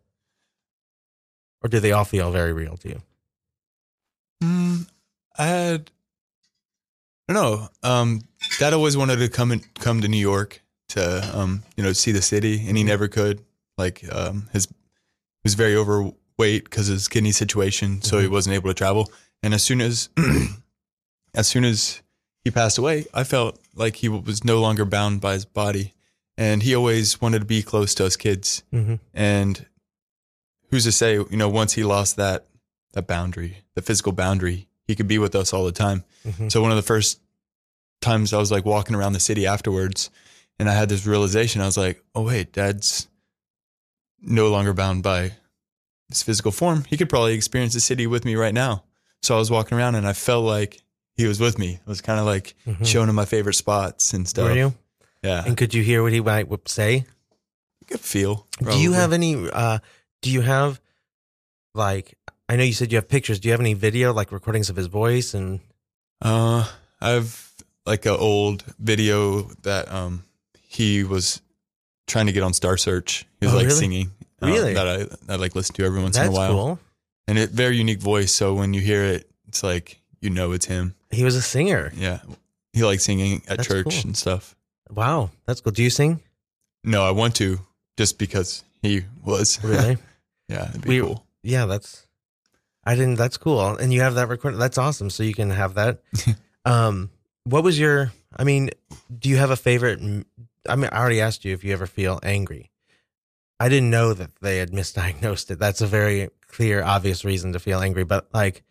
Speaker 1: Or do they all feel very real to you?
Speaker 8: Mm, I had, I don't know. Um, Dad always wanted to come and come to New York to, um, you know, see the city, and he never could. Like, um, his he was very overweight because his kidney situation, so he wasn't able to travel. And as soon as, [CLEARS THROAT] as soon as he passed away, I felt like he was no longer bound by his body, and he always wanted to be close to us kids.
Speaker 1: Mhm.
Speaker 8: And who's to say, you know, once he lost that that boundary, the physical boundary, he could be with us all the time.
Speaker 1: Mhm.
Speaker 8: So one of the first times I was like walking around the city afterwards, and I had this realization. I was like, oh wait, Dad's no longer bound by his physical form. He could probably experience the city with me right now. So I was walking around, and I felt like he was with me. I was kind of like
Speaker 1: Mhm.
Speaker 8: showing him my favorite spots and stuff.
Speaker 1: Were you?
Speaker 8: Yeah,
Speaker 1: And could you hear what he might w- say?
Speaker 8: good feel.
Speaker 1: Do you
Speaker 8: probably.
Speaker 1: have any? Uh, do you have like? I know you said you have pictures. Do you have any video, like recordings of his voice? And
Speaker 8: Uh, I've like an old video that um he was trying to get on Star Search. He was
Speaker 1: Oh,
Speaker 8: like
Speaker 1: really?
Speaker 8: singing. uh,
Speaker 1: Really?
Speaker 8: That I I like listen to every once
Speaker 1: that's
Speaker 8: in a while.
Speaker 1: cool.
Speaker 8: And it very unique voice. So when you hear it, it's like you know it's him.
Speaker 1: He was a singer.
Speaker 8: Yeah, he likes singing at
Speaker 1: That's
Speaker 8: church
Speaker 1: cool.
Speaker 8: and stuff.
Speaker 1: Wow, that's cool. Do you sing?
Speaker 8: No, I want to just because he was.
Speaker 1: Really?
Speaker 8: [LAUGHS] yeah, it'd
Speaker 1: We-
Speaker 8: be cool.
Speaker 1: yeah, that's. I didn't. That's cool. And you have that recording. That's awesome. So you can have that. um, what was your? I mean, do you have a favorite? m- I mean, I already asked you if you ever feel angry. I didn't know that they had [LAUGHS] misdiagnosed it. That's a very clear, obvious reason to feel angry. But like,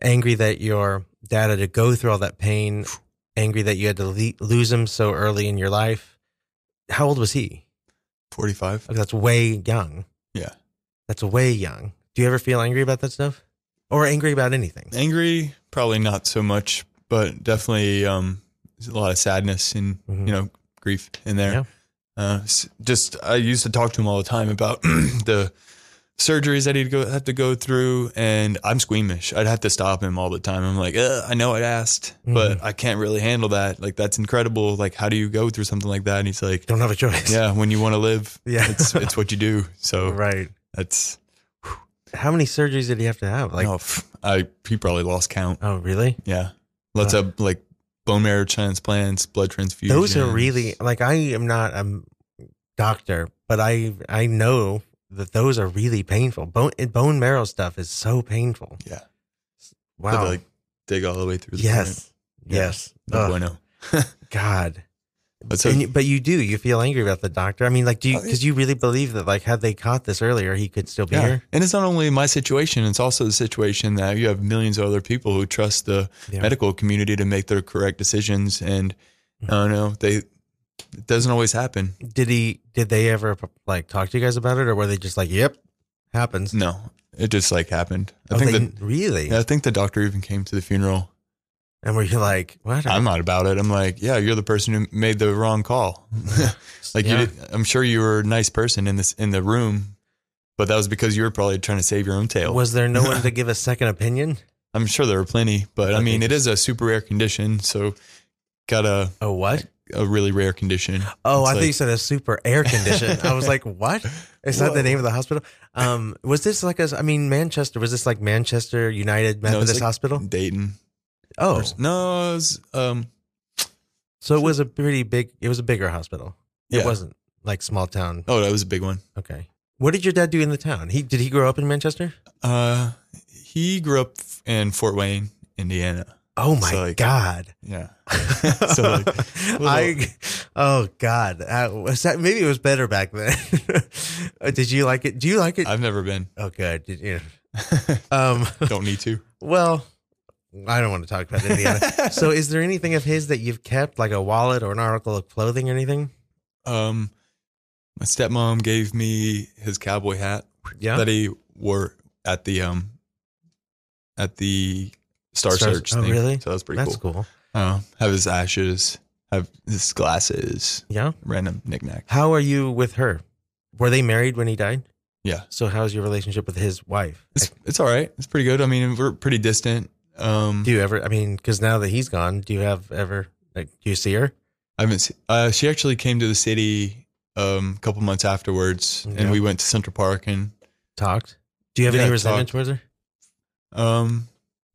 Speaker 1: angry that your dad had to go through all that pain, angry that you had to le- lose him so early in your life. How old was he?
Speaker 8: Forty five.
Speaker 1: Like, that's way young.
Speaker 8: Yeah.
Speaker 1: That's way young. Do you ever feel angry about that stuff? Or angry about anything?
Speaker 8: angry probably not so much but definitely um there's a lot of sadness and
Speaker 1: Mhm.
Speaker 8: you know grief in there
Speaker 1: Yeah.
Speaker 8: uh s- just i used to talk to him all the time about [CLEARS THROAT] the surgeries that he'd go have to go through and i'm squeamish i'd have to stop him all the time i'm like "Ugh, i know i asked
Speaker 1: Mm-hmm.
Speaker 8: but i can't really handle that like that's incredible like how do you go through something like that and he's like
Speaker 1: Don't have a choice.
Speaker 8: yeah when you want to live
Speaker 1: Yeah.
Speaker 8: it's it's what you do
Speaker 1: [LAUGHS]
Speaker 8: so
Speaker 1: Right.
Speaker 8: that's
Speaker 1: How many surgeries did he have to have? Like,
Speaker 8: like oh, pff, i he probably lost count
Speaker 1: oh, really?
Speaker 8: Yeah. Lots
Speaker 1: Uh,
Speaker 8: of like bone marrow transplants, blood transfusions.
Speaker 1: Those are really, like, I am not a doctor, but I, I know that those are really painful. Bone, bone marrow stuff is so painful.
Speaker 8: Yeah. They have
Speaker 1: Wow.
Speaker 8: to, like dig all the way through. The
Speaker 1: yes.
Speaker 8: Yeah.
Speaker 1: Yes.
Speaker 8: plant.
Speaker 1: Ugh,
Speaker 8: No bueno.
Speaker 1: God.
Speaker 8: But so
Speaker 1: And you- but you do. You feel angry about the doctor. I mean, like, do you,
Speaker 8: Oh, yeah.
Speaker 1: because you really believe that, like, had they caught this earlier, he could still be
Speaker 8: yeah.
Speaker 1: here?
Speaker 8: and it's not only my situation; it's also the situation that you have millions of other people who trust the
Speaker 1: Yeah.
Speaker 8: medical community to make their correct decisions, and
Speaker 1: Mm.
Speaker 8: I don't know, they it doesn't always happen.
Speaker 1: did he did they ever like talk to you guys about it or were they just like yep happens
Speaker 8: No, it just like happened. Mm, I
Speaker 1: Oh,
Speaker 8: think
Speaker 1: they-
Speaker 8: the
Speaker 1: really
Speaker 8: yeah, I think the doctor even came to the funeral.
Speaker 1: and were you like what
Speaker 8: I'm not about it. I'm like, yeah, you're the person who made the wrong call. Like
Speaker 1: Yeah.
Speaker 8: you did, I'm sure you were a nice person in this in the room, but that was because you were probably trying to save your own tail.
Speaker 1: was there no one
Speaker 8: [LAUGHS]
Speaker 1: to give a second opinion
Speaker 8: I'm sure there were plenty, but I
Speaker 1: Okay.
Speaker 8: mean, it is a super rare condition, so got a
Speaker 1: oh what
Speaker 8: a really rare condition.
Speaker 1: oh
Speaker 8: It's
Speaker 1: i
Speaker 8: like-
Speaker 1: thought you said a super air condition i was
Speaker 8: [LAUGHS]
Speaker 1: like what it's not the name of the hospital um was this like a i mean manchester was this like manchester united
Speaker 8: No, it's
Speaker 1: methodist
Speaker 8: like
Speaker 1: hospital
Speaker 8: Dayton.
Speaker 1: oh
Speaker 8: Or- no, it was, um,
Speaker 1: so it was a pretty big it was a bigger hospital
Speaker 8: Yeah.
Speaker 1: it wasn't like small town
Speaker 8: oh, that was a big one.
Speaker 1: okay what did your dad do in the town he did he grow up in manchester
Speaker 8: Uh, he grew up in Fort Wayne, Indiana.
Speaker 1: oh my
Speaker 8: like-
Speaker 1: god [LAUGHS]
Speaker 8: Yeah, [LAUGHS] so like, little-
Speaker 1: I, oh God, uh, was that, maybe it was better back then. [LAUGHS] Uh, Did you like it? Do you like it?
Speaker 8: I've never
Speaker 1: [LAUGHS]
Speaker 8: been.
Speaker 1: oh, good. Did you?
Speaker 8: [LAUGHS]
Speaker 1: Um,
Speaker 8: Don't need to.
Speaker 1: well, I don't want to talk about
Speaker 8: [LAUGHS]
Speaker 1: Indiana. so, is there anything of his that you've kept, like a wallet or an article of clothing or anything?
Speaker 8: Um, my stepmom gave me his cowboy hat.
Speaker 1: Yeah.
Speaker 8: that he wore at the um at the Star,
Speaker 1: Star-
Speaker 8: Search
Speaker 1: oh,
Speaker 8: thing.
Speaker 1: really?
Speaker 8: So that's pretty
Speaker 1: That's
Speaker 8: cool.
Speaker 1: cool.
Speaker 8: Uh, have his ashes, have his glasses,
Speaker 1: Yeah.
Speaker 8: random knickknack.
Speaker 1: How are you with her? Were they married when he died?
Speaker 8: Yeah.
Speaker 1: So how's your relationship with his wife?
Speaker 8: It's, it's all right. It's pretty good. I mean, we're pretty distant. Um,
Speaker 1: Do you ever? I mean, because now that he's gone, do you have ever? Like, do you see her?
Speaker 8: I haven't. se- Uh, she actually came to the city um, a couple months afterwards,
Speaker 1: Yeah.
Speaker 8: and we went to Central Park. And
Speaker 1: Talked? Do you have
Speaker 8: Yeah,
Speaker 1: any resentment
Speaker 8: talked.
Speaker 1: towards her?
Speaker 8: um,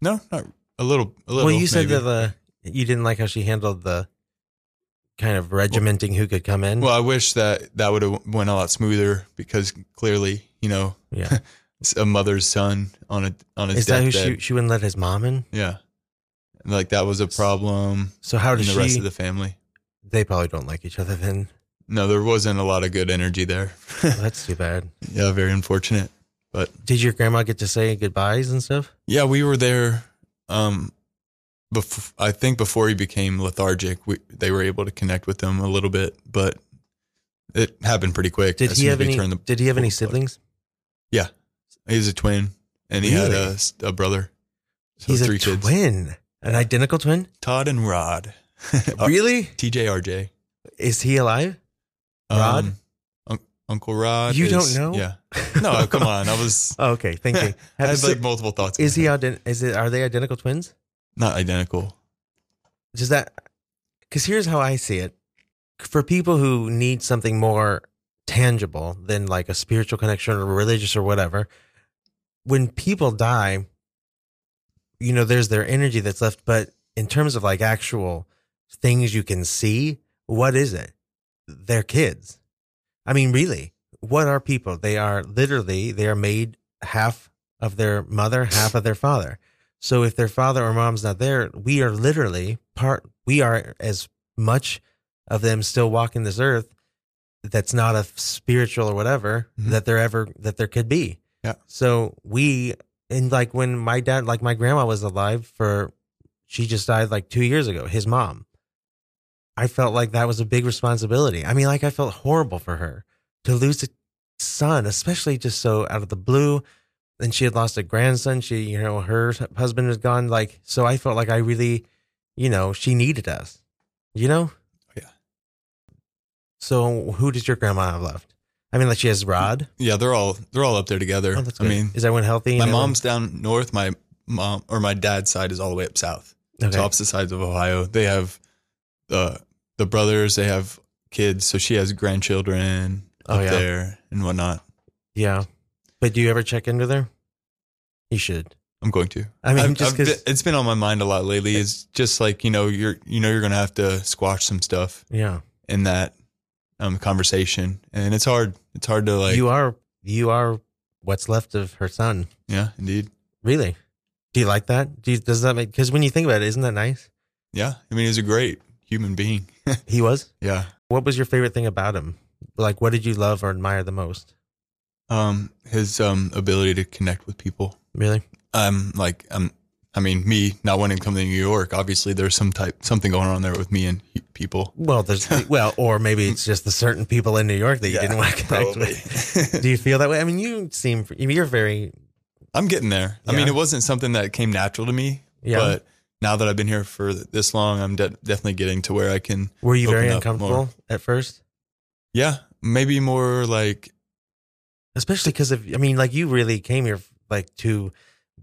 Speaker 8: no, not a little. A little.
Speaker 1: well, you said
Speaker 8: maybe.
Speaker 1: that uh, you didn't like how she handled the kind of regimenting who could come in.
Speaker 8: Well, I wish that that would have went a lot smoother because clearly, you know,
Speaker 1: yeah.
Speaker 8: it's a mother's son on a on [LAUGHS] his
Speaker 1: Is that who she
Speaker 8: deathbed.
Speaker 1: she wouldn't let his mom in?
Speaker 8: Yeah, And, like that was a problem.
Speaker 1: So how
Speaker 8: in
Speaker 1: does
Speaker 8: the
Speaker 1: she?
Speaker 8: rest of the family?
Speaker 1: they probably don't like each other. Then
Speaker 8: No, there wasn't a lot of good energy
Speaker 1: [LAUGHS]
Speaker 8: there.
Speaker 1: Well, that's too bad.
Speaker 8: yeah, very unfortunate. But
Speaker 1: Did your grandma get to say goodbyes and stuff?
Speaker 8: Yeah, we were there. Um, bef- I think before he became lethargic, we, they were able to connect with him a little bit, but it happened pretty quick.
Speaker 1: Did
Speaker 8: as
Speaker 1: he
Speaker 8: soon as
Speaker 1: have
Speaker 8: we
Speaker 1: any?
Speaker 8: turned the-
Speaker 1: did he have any
Speaker 8: plug.
Speaker 1: siblings?
Speaker 8: He was a twin, and he had
Speaker 1: Really?
Speaker 8: a, s- a brother. So
Speaker 1: He's
Speaker 8: three
Speaker 1: a
Speaker 8: kids.
Speaker 1: twin, an identical twin.
Speaker 8: Todd and
Speaker 1: [LAUGHS]
Speaker 8: Rod. Uh,
Speaker 1: really?
Speaker 8: TJ RJ.
Speaker 1: Is he alive?
Speaker 8: Um,
Speaker 1: Rod?
Speaker 8: un- Uncle Rod.
Speaker 1: You don't
Speaker 8: is-
Speaker 1: know?
Speaker 8: Yeah. No, come on. I was.
Speaker 1: [LAUGHS] Oh, okay, thank you.
Speaker 8: [LAUGHS] I had
Speaker 1: so-
Speaker 8: like multiple thoughts. in
Speaker 1: is
Speaker 8: my
Speaker 1: he
Speaker 8: head.
Speaker 1: ident- is it are they identical twins?
Speaker 8: not identical?
Speaker 1: Does that cuz here's how I see it. For people who need something more tangible than like a spiritual connection or religious or whatever, when people die, you know, there's their energy that's left, but in terms of like actual things you can see, what is it? They're kids. I mean, really, what are people? They are literally they are made half of their mother, half of their father. So if their father or mom's not there, we are literally part. We are as much of them still walking this earth that's not a spiritual or whatever
Speaker 8: Mhm.
Speaker 1: that there ever that there could be.
Speaker 8: Yeah.
Speaker 1: So we and like when my dad, like my grandma was alive for, she just died like two years ago. His mom. I felt like that was a big responsibility. I mean, like I felt horrible for her to lose a son, especially just so out of the blue and she had lost a grandson. She, you know, her husband was gone. Like, so I felt like I really, you know, she needed us, you know?
Speaker 8: Yeah.
Speaker 1: So who does your grandma have left? I mean, like she has Rod.
Speaker 8: Yeah, they're all they're all up there together.
Speaker 1: Oh, that's
Speaker 8: Mm, I
Speaker 1: good.
Speaker 8: mean,
Speaker 1: is everyone healthy? And
Speaker 8: my
Speaker 1: everyone-
Speaker 8: mom's down north. My mom or my dad's side is all the way up south,
Speaker 1: okay.
Speaker 8: so opposite sides of Ohio. They have the the brothers. They have kids, so she has grandchildren
Speaker 1: Oh,
Speaker 8: up
Speaker 1: yeah.
Speaker 8: there and whatnot.
Speaker 1: Yeah. But do you ever check into there? You should.
Speaker 8: I'm going to.
Speaker 1: I mean,
Speaker 8: I've-
Speaker 1: just
Speaker 8: I've
Speaker 1: 'cause-
Speaker 8: been- it's been on my mind a lot lately. Is just like you know you're you know you're gonna have to squash some stuff
Speaker 1: Yeah.
Speaker 8: in that um, conversation, and it's hard. It's hard to like.
Speaker 1: you are, you are what's left of her son.
Speaker 8: yeah, indeed.
Speaker 1: Really? Do you like that? Do you, does that make, because when you think about it, isn't that nice?
Speaker 8: Yeah, I mean, he's a great human being.
Speaker 1: He was?
Speaker 8: yeah.
Speaker 1: What was your favorite thing about him? Like, what did you love or admire the most?
Speaker 8: Um, his um ability to connect with people.
Speaker 1: Really?
Speaker 8: um like um I mean me not wanting to come to New York obviously there's some type something going on there with me and he- people
Speaker 1: Well,
Speaker 8: [LAUGHS]
Speaker 1: there's well, or maybe it's just the certain people in New York that you
Speaker 8: Yeah,
Speaker 1: didn't want to connect with. [LAUGHS] Do you feel that way? I mean, you seem you're very
Speaker 8: [LAUGHS] I'm getting there I mean
Speaker 1: Yeah.
Speaker 8: it wasn't something that came natural to me
Speaker 1: yeah.
Speaker 8: but now that I've been here for this long I'm de- definitely getting to where I can
Speaker 1: Were you very
Speaker 8: open up
Speaker 1: uncomfortable
Speaker 8: more.
Speaker 1: at first?
Speaker 8: yeah maybe more like
Speaker 1: Especially because of I mean, like you really came here like to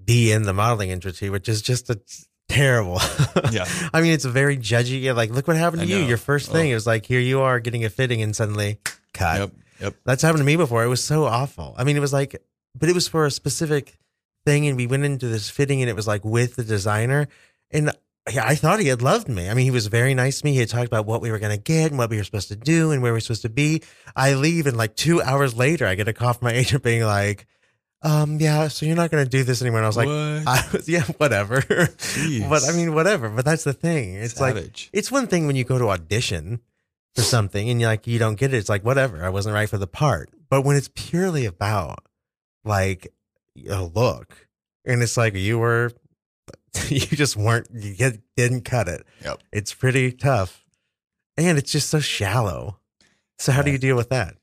Speaker 1: be in the modeling industry, which is just a terrible. [LAUGHS]
Speaker 8: Yeah.
Speaker 1: I mean, it's very judgy. You're Like, look what happened to
Speaker 8: I
Speaker 1: you.
Speaker 8: know.
Speaker 1: Your first thing
Speaker 8: Oh.
Speaker 1: it was like, here you are getting a fitting, and suddenly, cut.
Speaker 8: yep yep
Speaker 1: That's happened to me before. It was so awful. I mean, it was like, but it was for a specific thing, and we went into this fitting, and it was like with the designer, and yeah, I thought he had loved me. I mean, he was very nice to me. He had talked about what we were going to get and what we were supposed to do and where we were supposed to be. I leave, and like two hours later, I get a call from my [LAUGHS] agent being like, um, yeah, so you're not going to do this anymore. And I was like, [LAUGHS]
Speaker 8: What?
Speaker 1: I was, yeah, whatever. [LAUGHS] but I mean, whatever. But that's the thing. It's like,
Speaker 8: savage
Speaker 1: it's one thing when you go to audition for something and you're like you don't get it. It's like whatever, I wasn't right for the part. But when it's purely about like a look, and it's like you were, [LAUGHS] you just weren't, you get, didn't cut it.
Speaker 8: Yep.
Speaker 1: It's pretty tough, and it's just so shallow. So how do
Speaker 8: Yeah.
Speaker 1: you deal with that?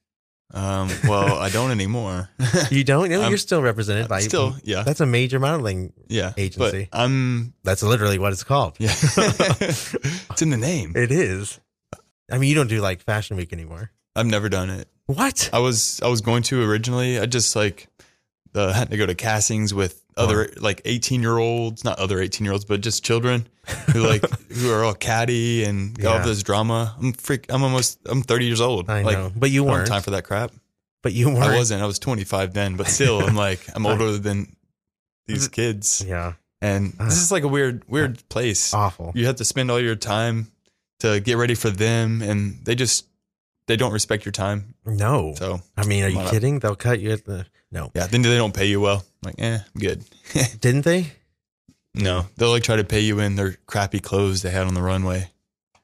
Speaker 8: Um, well, I
Speaker 1: [LAUGHS]
Speaker 8: don't anymore.
Speaker 1: You don't? No,
Speaker 8: I'm-
Speaker 1: you're still represented by
Speaker 8: Still, yeah,
Speaker 1: That's a major modeling.
Speaker 8: yeah.
Speaker 1: agency.
Speaker 8: But I'm
Speaker 1: That's literally what it's called.
Speaker 8: yeah. [LAUGHS] it's in the name.
Speaker 1: It is. I mean, you don't do like Fashion Week anymore.
Speaker 8: I've never done it.
Speaker 1: What?
Speaker 8: I was I was going to originally. I just like uh, had to go to castings with other like eighteen year olds, not other eighteen year olds, but just children who
Speaker 1: [LAUGHS]
Speaker 8: like who are all catty and got all
Speaker 1: Yeah.
Speaker 8: this drama. I'm freak. I'm almost I'm thirty years old.
Speaker 1: I
Speaker 8: like,
Speaker 1: know, but you
Speaker 8: I don't have
Speaker 1: weren't.
Speaker 8: time for that crap.
Speaker 1: but you weren't.
Speaker 8: I wasn't. I was 25 then, but still, I'm like
Speaker 1: [LAUGHS]
Speaker 8: I'm older than these kids,
Speaker 1: Yeah.
Speaker 8: and
Speaker 1: Uh.
Speaker 8: this is like a weird weird place.
Speaker 1: Awful.
Speaker 8: You have to spend all your time to get ready for them, and they just they don't respect your time.
Speaker 1: No.
Speaker 8: So
Speaker 1: I mean, are you
Speaker 8: Come on up.
Speaker 1: kidding? They'll cut you at the. No.
Speaker 8: yeah, then they don't pay you well. I'm like eh, I'm good. [LAUGHS]
Speaker 1: Didn't they?
Speaker 8: No, they'll like try to pay you in their crappy clothes they had on
Speaker 1: [LAUGHS]
Speaker 8: the runway.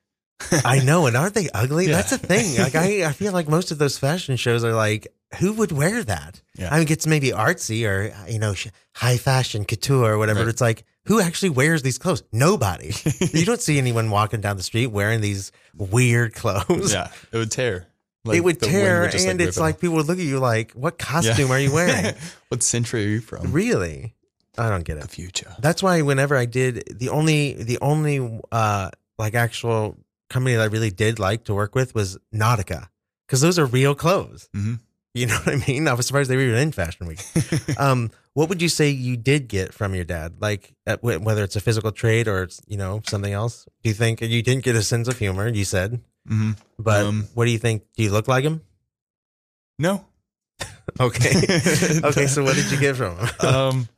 Speaker 8: [LAUGHS]
Speaker 1: I know. And aren't they ugly?
Speaker 8: Yeah.
Speaker 1: That's the thing. Like, I, I feel like most of those fashion shows are like, who would wear that?
Speaker 8: Yeah.
Speaker 1: I mean, it's maybe artsy or, you know, sh- high fashion, couture or whatever.
Speaker 8: Right.
Speaker 1: It's like, who actually wears these clothes?
Speaker 8: [LAUGHS]
Speaker 1: Nobody. you don't see anyone walking down the street wearing these weird clothes.
Speaker 8: Yeah, it would tear. Like,
Speaker 1: it would
Speaker 8: the wind
Speaker 1: tear,
Speaker 8: just,
Speaker 1: and
Speaker 8: rip
Speaker 1: it's
Speaker 8: it
Speaker 1: like people would look at you like, "What
Speaker 8: off. Yeah.
Speaker 1: costume are you
Speaker 8: [LAUGHS]
Speaker 1: wearing?"
Speaker 8: what century are you from?
Speaker 1: really, I don't get
Speaker 8: the
Speaker 1: it.
Speaker 8: future.
Speaker 1: That's why whenever I did the only the only uh like actual company that I really did like to work with was Nautica because those are real clothes.
Speaker 8: Mhm.
Speaker 1: You know what I mean? I was surprised they were even in Fashion
Speaker 8: [LAUGHS]
Speaker 1: Week. um, what would you say you did get from your dad? Like at, wh- whether it's a physical trait or it's you know something else? Do you think you didn't get a sense of humor? You said,
Speaker 8: hmm
Speaker 1: but
Speaker 8: Um,
Speaker 1: what do you think? Do you look like him? [LAUGHS]
Speaker 8: No.
Speaker 1: Okay. [LAUGHS] okay, so what did
Speaker 8: [LAUGHS]
Speaker 1: you get from him?
Speaker 8: Um,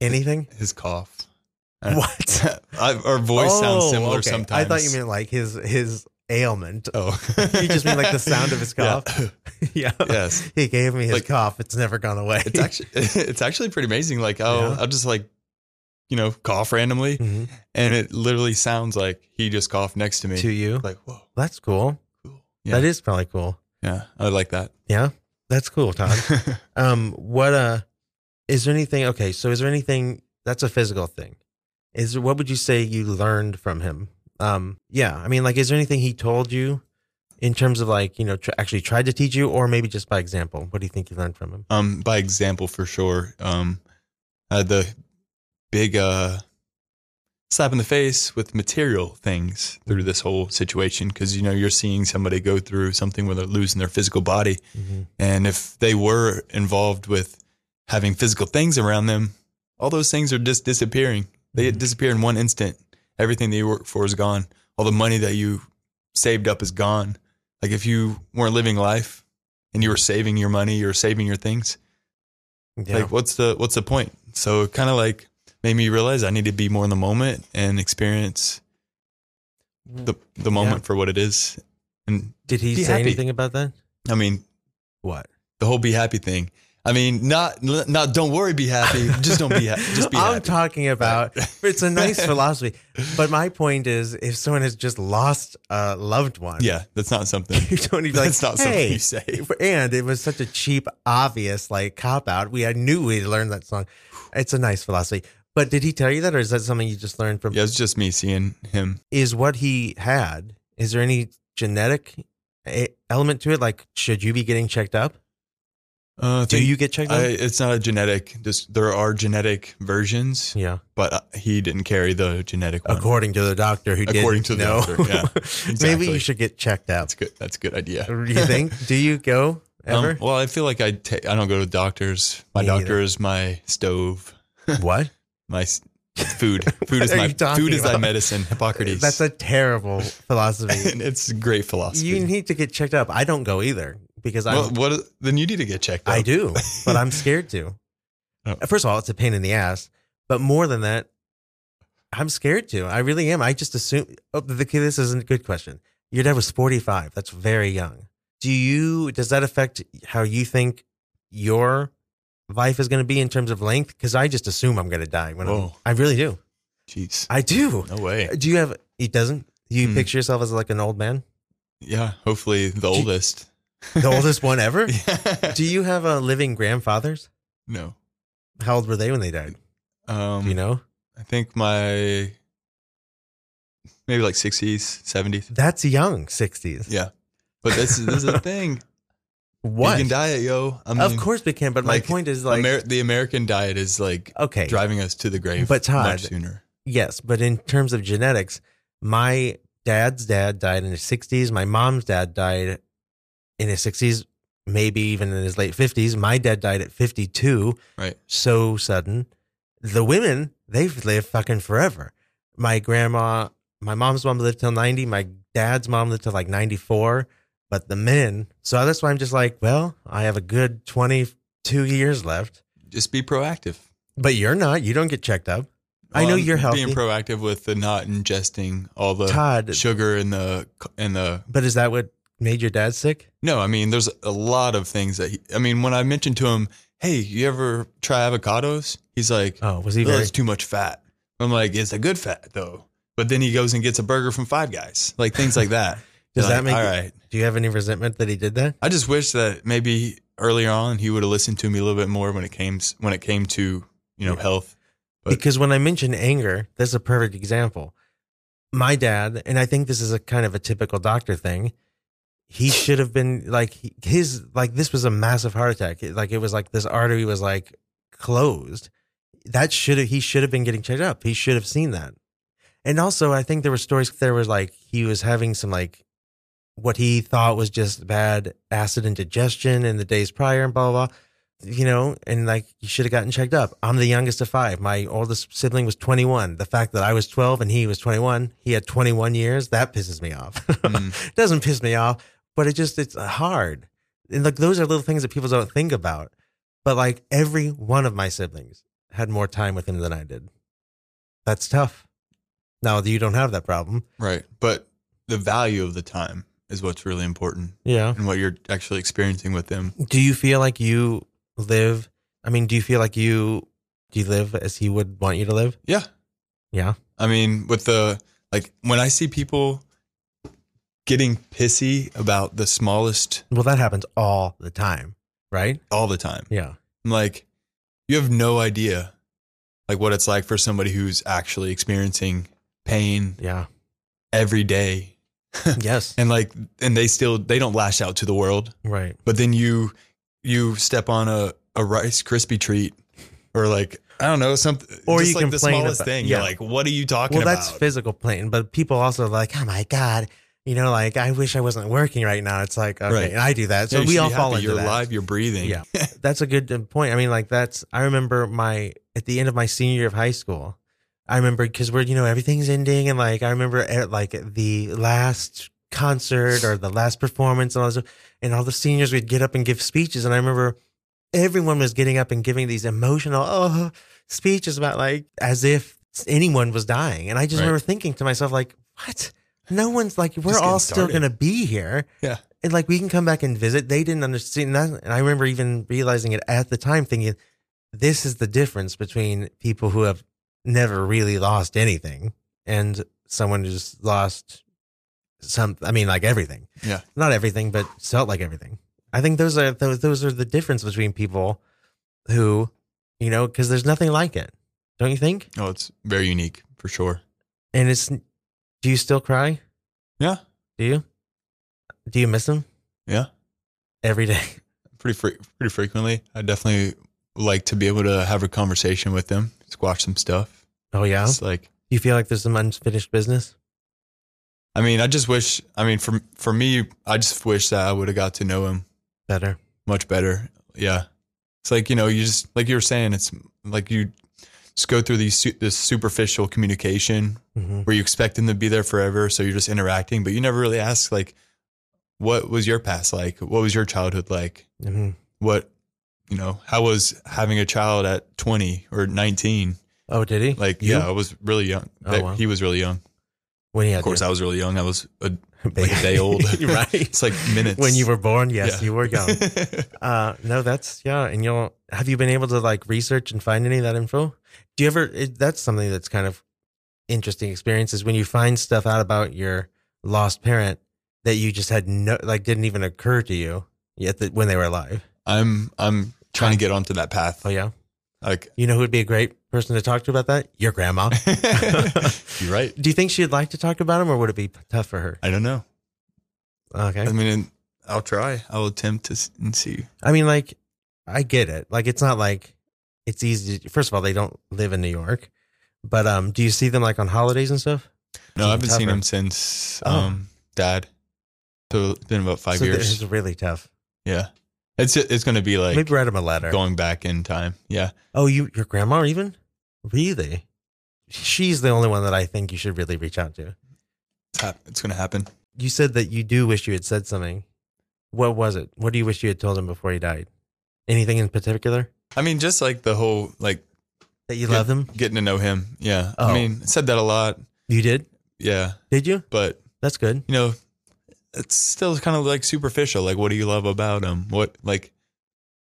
Speaker 1: Anything?
Speaker 8: his cough. Uh,
Speaker 1: What?
Speaker 8: [LAUGHS] I, our voice sounds
Speaker 1: Oh,
Speaker 8: similar
Speaker 1: okay.
Speaker 8: sometimes.
Speaker 1: I thought you meant like his his ailment. [LAUGHS]
Speaker 8: Oh,
Speaker 1: You just mean, like, the sound of his
Speaker 8: [LAUGHS] Yeah.
Speaker 1: yeah.
Speaker 8: Yes.
Speaker 1: He gave me his
Speaker 8: Like-
Speaker 1: cough. It's never gone away. [LAUGHS]
Speaker 8: It's actually [LAUGHS] it's actually pretty amazing. Like I'll
Speaker 1: Yeah.
Speaker 8: I'll just like you know cough randomly,
Speaker 1: Mhm.
Speaker 8: and it literally sounds like he just coughed next to me.
Speaker 1: to you.
Speaker 8: Like whoa,
Speaker 1: That's cool.
Speaker 8: cool. Yeah,
Speaker 1: That is probably cool.
Speaker 8: yeah. I like that.
Speaker 1: Yeah. That's cool,
Speaker 8: [LAUGHS]
Speaker 1: Todd. um, what uh is there anything okay, so is there anything that's a physical thing? Is there, what would you say you learned from him? Um, yeah, I mean like is there anything he told you in terms of like, you know, tr- actually tried to teach you or maybe just by example? What do you think you learned from him?
Speaker 8: um, by example for sure. Um, uh, the big uh slap in the face with material things
Speaker 1: Mm.
Speaker 8: through this whole situation because you know you're seeing somebody go through something where they're losing their physical body And if they were involved with having physical things around them, all those things are just disappearing. They disappear in one instant. Everything that you worked for is gone. All the money that you saved up is gone. Like if you weren't living life and you were saving your money, you were saving your things.
Speaker 1: Mm-hmm. Yeah.
Speaker 8: Like what's the what's the point? So it kind of like made me realize I need to be more in the moment and experience the the moment for what it is. And
Speaker 1: Did he
Speaker 8: Be
Speaker 1: say
Speaker 8: happy.
Speaker 1: anything about that?
Speaker 8: I mean,
Speaker 1: What?
Speaker 8: the whole be happy thing. I mean, not not don't worry, be happy. Just don't be happy. [LAUGHS] Just be
Speaker 1: I'm
Speaker 8: happy.
Speaker 1: talking about it's a
Speaker 8: [LAUGHS]
Speaker 1: nice philosophy. But my point is if someone has just lost a loved one,
Speaker 8: yeah, that's not something.
Speaker 1: [LAUGHS] you don't need to be
Speaker 8: That's
Speaker 1: like,
Speaker 8: not something
Speaker 1: hey,
Speaker 8: you say.
Speaker 1: and it was such a cheap, obvious like cop out. We I knew we learned that song. It's a nice philosophy. But did he tell you that, or is that something you just learned from?
Speaker 8: Yeah, it's just me seeing him.
Speaker 1: Is what he had? Is there any genetic eh, element to it? Like, should you be getting checked up?
Speaker 8: Uh, I
Speaker 1: Do
Speaker 8: think-
Speaker 1: you get checked
Speaker 8: I,
Speaker 1: up?
Speaker 8: it's not a genetic. Just there are genetic versions,
Speaker 1: yeah,
Speaker 8: but uh, he didn't carry the genetic one.
Speaker 1: according to the doctor who
Speaker 8: According
Speaker 1: didn't
Speaker 8: to the
Speaker 1: know.
Speaker 8: doctor,
Speaker 1: [LAUGHS]
Speaker 8: yeah,
Speaker 1: Maybe
Speaker 8: exactly.
Speaker 1: you should get checked out.
Speaker 8: That's good. That's a good idea.
Speaker 1: you think? [LAUGHS] Do you go
Speaker 8: [LAUGHS] Um,
Speaker 1: ever?
Speaker 8: [LAUGHS] well, I feel like I ta- I don't go to doctors. My
Speaker 1: Me either.
Speaker 8: doctor is my stove.
Speaker 1: what?
Speaker 8: My s- food. Food
Speaker 1: [LAUGHS]
Speaker 8: is
Speaker 1: are
Speaker 8: my
Speaker 1: you talking
Speaker 8: food is thy
Speaker 1: about?
Speaker 8: medicine.
Speaker 1: [LAUGHS]
Speaker 8: Hippocrates.
Speaker 1: That's a terrible philosophy.
Speaker 8: [LAUGHS] it's a great philosophy.
Speaker 1: you need to get checked up. I don't go either because I'm
Speaker 8: well, what? Then you need to get checked. Out.
Speaker 1: I
Speaker 8: [LAUGHS]
Speaker 1: do, but I'm scared to.
Speaker 8: Oh.
Speaker 1: First of all, it's a pain in the ass, but more than that, I'm scared to. I really am. I just assume. Oh, the, this isn't a good question. Your dad was 45. That's very young. Do you? Does that affect how you think your life is going to be in terms of length? Because I just assume I'm going to die when I'm,
Speaker 8: Whoa.
Speaker 1: I really do.
Speaker 8: Jeez.
Speaker 1: I do.
Speaker 8: No way.
Speaker 1: Do you have? It doesn't. You
Speaker 8: Hmm.
Speaker 1: picture yourself as like an old
Speaker 8: [LAUGHS]
Speaker 1: man,
Speaker 8: Yeah. Hopefully
Speaker 1: you-
Speaker 8: the
Speaker 1: [LAUGHS]
Speaker 8: oldest.
Speaker 1: the oldest one ever.
Speaker 8: Yeah.
Speaker 1: Do you have a living grandfathers?
Speaker 8: no.
Speaker 1: How old were they when they died?
Speaker 8: Um,
Speaker 1: Do you know?
Speaker 8: I think my maybe like sixties, seventies.
Speaker 1: That's young, 60s. [LAUGHS]
Speaker 8: Yeah. But this is, this is the thing.
Speaker 1: What?
Speaker 8: Vegan diet, yo. I
Speaker 1: of
Speaker 8: mean,
Speaker 1: course we can, but my point is like
Speaker 8: Amer- the American diet is like
Speaker 1: okay,
Speaker 8: driving us to the grave
Speaker 1: But Todd-
Speaker 8: much sooner.
Speaker 1: yes, but in terms of genetics, my dad's dad died in his 60s, my mom's dad died in his 60s, maybe even in his late 50s. My dad died at 52.
Speaker 8: Right.
Speaker 1: So sudden. The women, they've lived fucking forever. My grandma, my mom's mom lived till 90, my dad's mom lived till like 94, but the men, so that's why I'm just like, well, I have a good 22 years left.
Speaker 8: Just be proactive.
Speaker 1: But you're not. You don't get checked up. I
Speaker 8: Well,
Speaker 1: know
Speaker 8: I'm
Speaker 1: you're healthy,
Speaker 8: Being uh, proactive with the not ingesting all the
Speaker 1: Todd.
Speaker 8: sugar and the and the
Speaker 1: But is that what made your dad sick?
Speaker 8: no. I mean, there's a lot of things that he, I mean. When I mentioned to him, "Hey, you ever try avocados?" He's like,
Speaker 1: Oh, was he
Speaker 8: "Well,
Speaker 1: very?
Speaker 8: it's too much fat." I'm like, "It's a good fat though." But then he goes and gets a burger from Five Guys, like things like that.
Speaker 1: [LAUGHS] Does
Speaker 8: Like,
Speaker 1: that make
Speaker 8: all
Speaker 1: you-
Speaker 8: right?
Speaker 1: Do you have any resentment that he did that?
Speaker 8: I just wish that maybe earlier on he would have listened to me a little bit more when it came when it came to you know
Speaker 1: [LAUGHS]
Speaker 8: health. But-
Speaker 1: because when I mention anger, that's a perfect example. My dad, and I think this is a kind of a typical doctor thing. He should have been like he- his like this was a massive heart attack. It- Like it was like this artery was like closed. That should have he should have been getting checked up. He should have seen that. And also, I think there were stories there was like he was having some like what he thought was just bad acid indigestion in the days prior and blah blah. blah you know, and like you should have gotten checked up. I'm the youngest of five. My oldest sibling was 21. The fact that I was 12 and he was 21, he had 21 years, that pisses me off. [LAUGHS]
Speaker 8: Mm.
Speaker 1: It Doesn't piss me off, but it just, it's uh, hard. And like those are little things that people don't think about. But like every one of my siblings had more time with him than I did. That's tough. Now you don't have that problem.
Speaker 8: Right. But the value of the time is what's really important
Speaker 1: Yeah.
Speaker 8: and what you're actually experiencing with them.
Speaker 1: Do you feel like you live? I mean, do you feel like you, do you live as he would want you to live?
Speaker 8: Yeah.
Speaker 1: Yeah.
Speaker 8: I mean, with the like when I see people getting pissy about the smallest
Speaker 1: Well, that happens all the time, right?
Speaker 8: all the time.
Speaker 1: Yeah.
Speaker 8: I'm like, you have no idea like what it's like for somebody who's actually experiencing pain
Speaker 1: Yeah.
Speaker 8: every day.
Speaker 1: [LAUGHS] yes.
Speaker 8: And like and they still they don't lash out to the world.
Speaker 1: Right.
Speaker 8: but then you you step on a, a rice crispy treat or like I don't know something
Speaker 1: Or
Speaker 8: just
Speaker 1: you
Speaker 8: like the
Speaker 1: complain
Speaker 8: smallest
Speaker 1: about-
Speaker 8: thing.
Speaker 1: yeah.
Speaker 8: You're like, what are you talking
Speaker 1: Well,
Speaker 8: about?
Speaker 1: that's physical pain, but people also are like, oh my God, you know, like, I wish I wasn't working right now. It's like, okay,
Speaker 8: Right.
Speaker 1: and I do that.
Speaker 8: Yeah,
Speaker 1: So
Speaker 8: you
Speaker 1: we
Speaker 8: should
Speaker 1: all
Speaker 8: be
Speaker 1: fall
Speaker 8: happy.
Speaker 1: into
Speaker 8: You're
Speaker 1: that.
Speaker 8: alive. You're breathing.
Speaker 1: Yeah.
Speaker 8: [LAUGHS]
Speaker 1: That's a good uh, point. I mean, like, that's, I remember my, at the end of my senior year of high school, I remember because we're, you know, everything's ending. And like, I remember at like the last concert or the last performance and all, this, and all the seniors would get up and give speeches. And I remember everyone was getting up and giving these emotional oh, speeches about like as if anyone was dying. And I just
Speaker 8: Right.
Speaker 1: remember thinking to myself, like, what? No one's like, we're
Speaker 8: getting
Speaker 1: all still
Speaker 8: started.
Speaker 1: going to be here.
Speaker 8: Yeah.
Speaker 1: And like, we can come back and visit. They didn't understand that. And I remember even realizing it at the time, thinking, this is the difference between people who have never really lost anything and someone who's lost some i mean like everything
Speaker 8: Yeah.
Speaker 1: not everything but felt like everything i think those are those, those are the difference between people who you know because there's nothing like it don't you think
Speaker 8: Oh, it's very unique for sure.
Speaker 1: and it's do you still cry
Speaker 8: Yeah.
Speaker 1: do you do you miss them
Speaker 8: Yeah.
Speaker 1: every day [LAUGHS]
Speaker 8: Pretty fre- pretty frequently. I definitely like to be able to have a conversation with them, squash some stuff.
Speaker 1: oh yeah
Speaker 8: It's like
Speaker 1: you feel like there's some unfinished business
Speaker 8: I mean, I just wish I mean for for me, I just wish that I would have got to know him
Speaker 1: better
Speaker 8: much better. Yeah. It's like, you know, you just, like you were saying, it's like you just go through these, su- this superficial communication
Speaker 1: hmm
Speaker 8: where you expect them to be there forever. So you're just interacting, but you never really ask, like, what was your past like? What was your childhood like?
Speaker 1: hmm
Speaker 8: What, you know, how was having a child at 20 or 19?
Speaker 1: oh did he
Speaker 8: Like,
Speaker 1: You?
Speaker 8: yeah, I was really young.
Speaker 1: Oh,
Speaker 8: That-
Speaker 1: wow.
Speaker 8: He was really young.
Speaker 1: when he had
Speaker 8: Of course, I was really young. I was a,
Speaker 1: Baby.
Speaker 8: like a day old.
Speaker 1: [LAUGHS] right
Speaker 8: It's like minutes.
Speaker 1: when you were born yes
Speaker 8: Yeah.
Speaker 1: you were young uh no that's yeah and you'll have you been able to like research and find any of that info do you ever it, that's something that's kind of interesting experience is when you find stuff out about your lost parent that you just had no like didn't even occur to you yet that when they were alive
Speaker 8: [LAUGHS] I'm, I'm trying to get onto that path.
Speaker 1: oh yeah [LAUGHS]
Speaker 8: Like, [LAUGHS]
Speaker 1: you know who would be a great person to talk to about that your grandma [LAUGHS]
Speaker 8: You're right.
Speaker 1: do you think she'd like to talk about him or would it be tough for her
Speaker 8: I don't know.
Speaker 1: okay
Speaker 8: I mean, I'll try. I'll attempt to s- and see.
Speaker 1: I mean, like, I get it. Like, it's not like it's easy. To, first of all, they don't live in New York, but um, do you see them like on holidays and stuff?
Speaker 8: No, I haven't seen
Speaker 1: tougher.
Speaker 8: him since
Speaker 1: Oh.
Speaker 8: um dad. So it's been about five
Speaker 1: So th-
Speaker 8: years.
Speaker 1: It's really tough.
Speaker 8: yeah, it's it's gonna be like
Speaker 1: Maybe write them a letter.
Speaker 8: going back in time. Yeah,
Speaker 1: Oh, you your grandma even? Really? She's the only one that I think you should really reach out to.
Speaker 8: it's, hap- it's gonna happen.
Speaker 1: You said that you do wish you had said something. What was it? What do you wish you had told him before he died? Anything in particular
Speaker 8: I mean, just like the whole like
Speaker 1: that you
Speaker 8: get-
Speaker 1: love him?
Speaker 8: getting to know him. Yeah,
Speaker 1: Oh.
Speaker 8: I mean, I said that a lot.
Speaker 1: You did?
Speaker 8: Yeah,
Speaker 1: Did you?
Speaker 8: but
Speaker 1: That's good.
Speaker 8: you know, it's still kind of like superficial. Like, what do you love about him? What like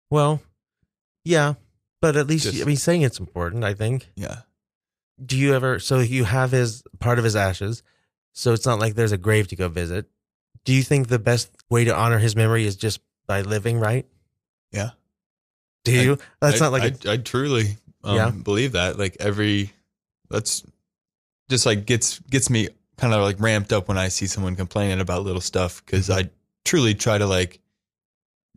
Speaker 1: Well, yeah, but at least
Speaker 8: Just-
Speaker 1: I mean, saying it's important. I think.
Speaker 8: yeah.
Speaker 1: Do you ever? So you have his part of his ashes, so it's not like there's a grave to go visit. Do you think the best way to honor his memory is just by living, right?
Speaker 8: Yeah.
Speaker 1: Do
Speaker 8: I-
Speaker 1: you? That's
Speaker 8: I-
Speaker 1: not like a-
Speaker 8: I, I truly um,
Speaker 1: Yeah.
Speaker 8: believe that. Like every that's just like gets gets me kind of like ramped up when I see someone complaining about little stuff because I truly try to like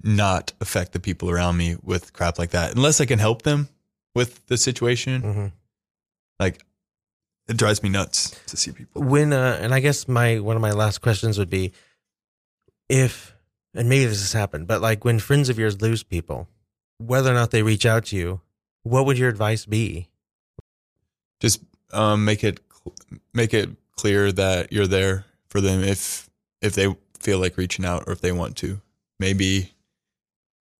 Speaker 8: not affect the people around me with crap like that unless I can help them with the situation.
Speaker 1: Mhm.
Speaker 8: Like it drives me nuts to see people.
Speaker 1: when uh, and I guess my one of my last questions would be if and maybe this has happened, but like when friends of yours lose people, whether or not they reach out to you, what would your advice be?
Speaker 8: just um, make it cl- make it clear that you're there for them if if they feel like reaching out or if they want to maybe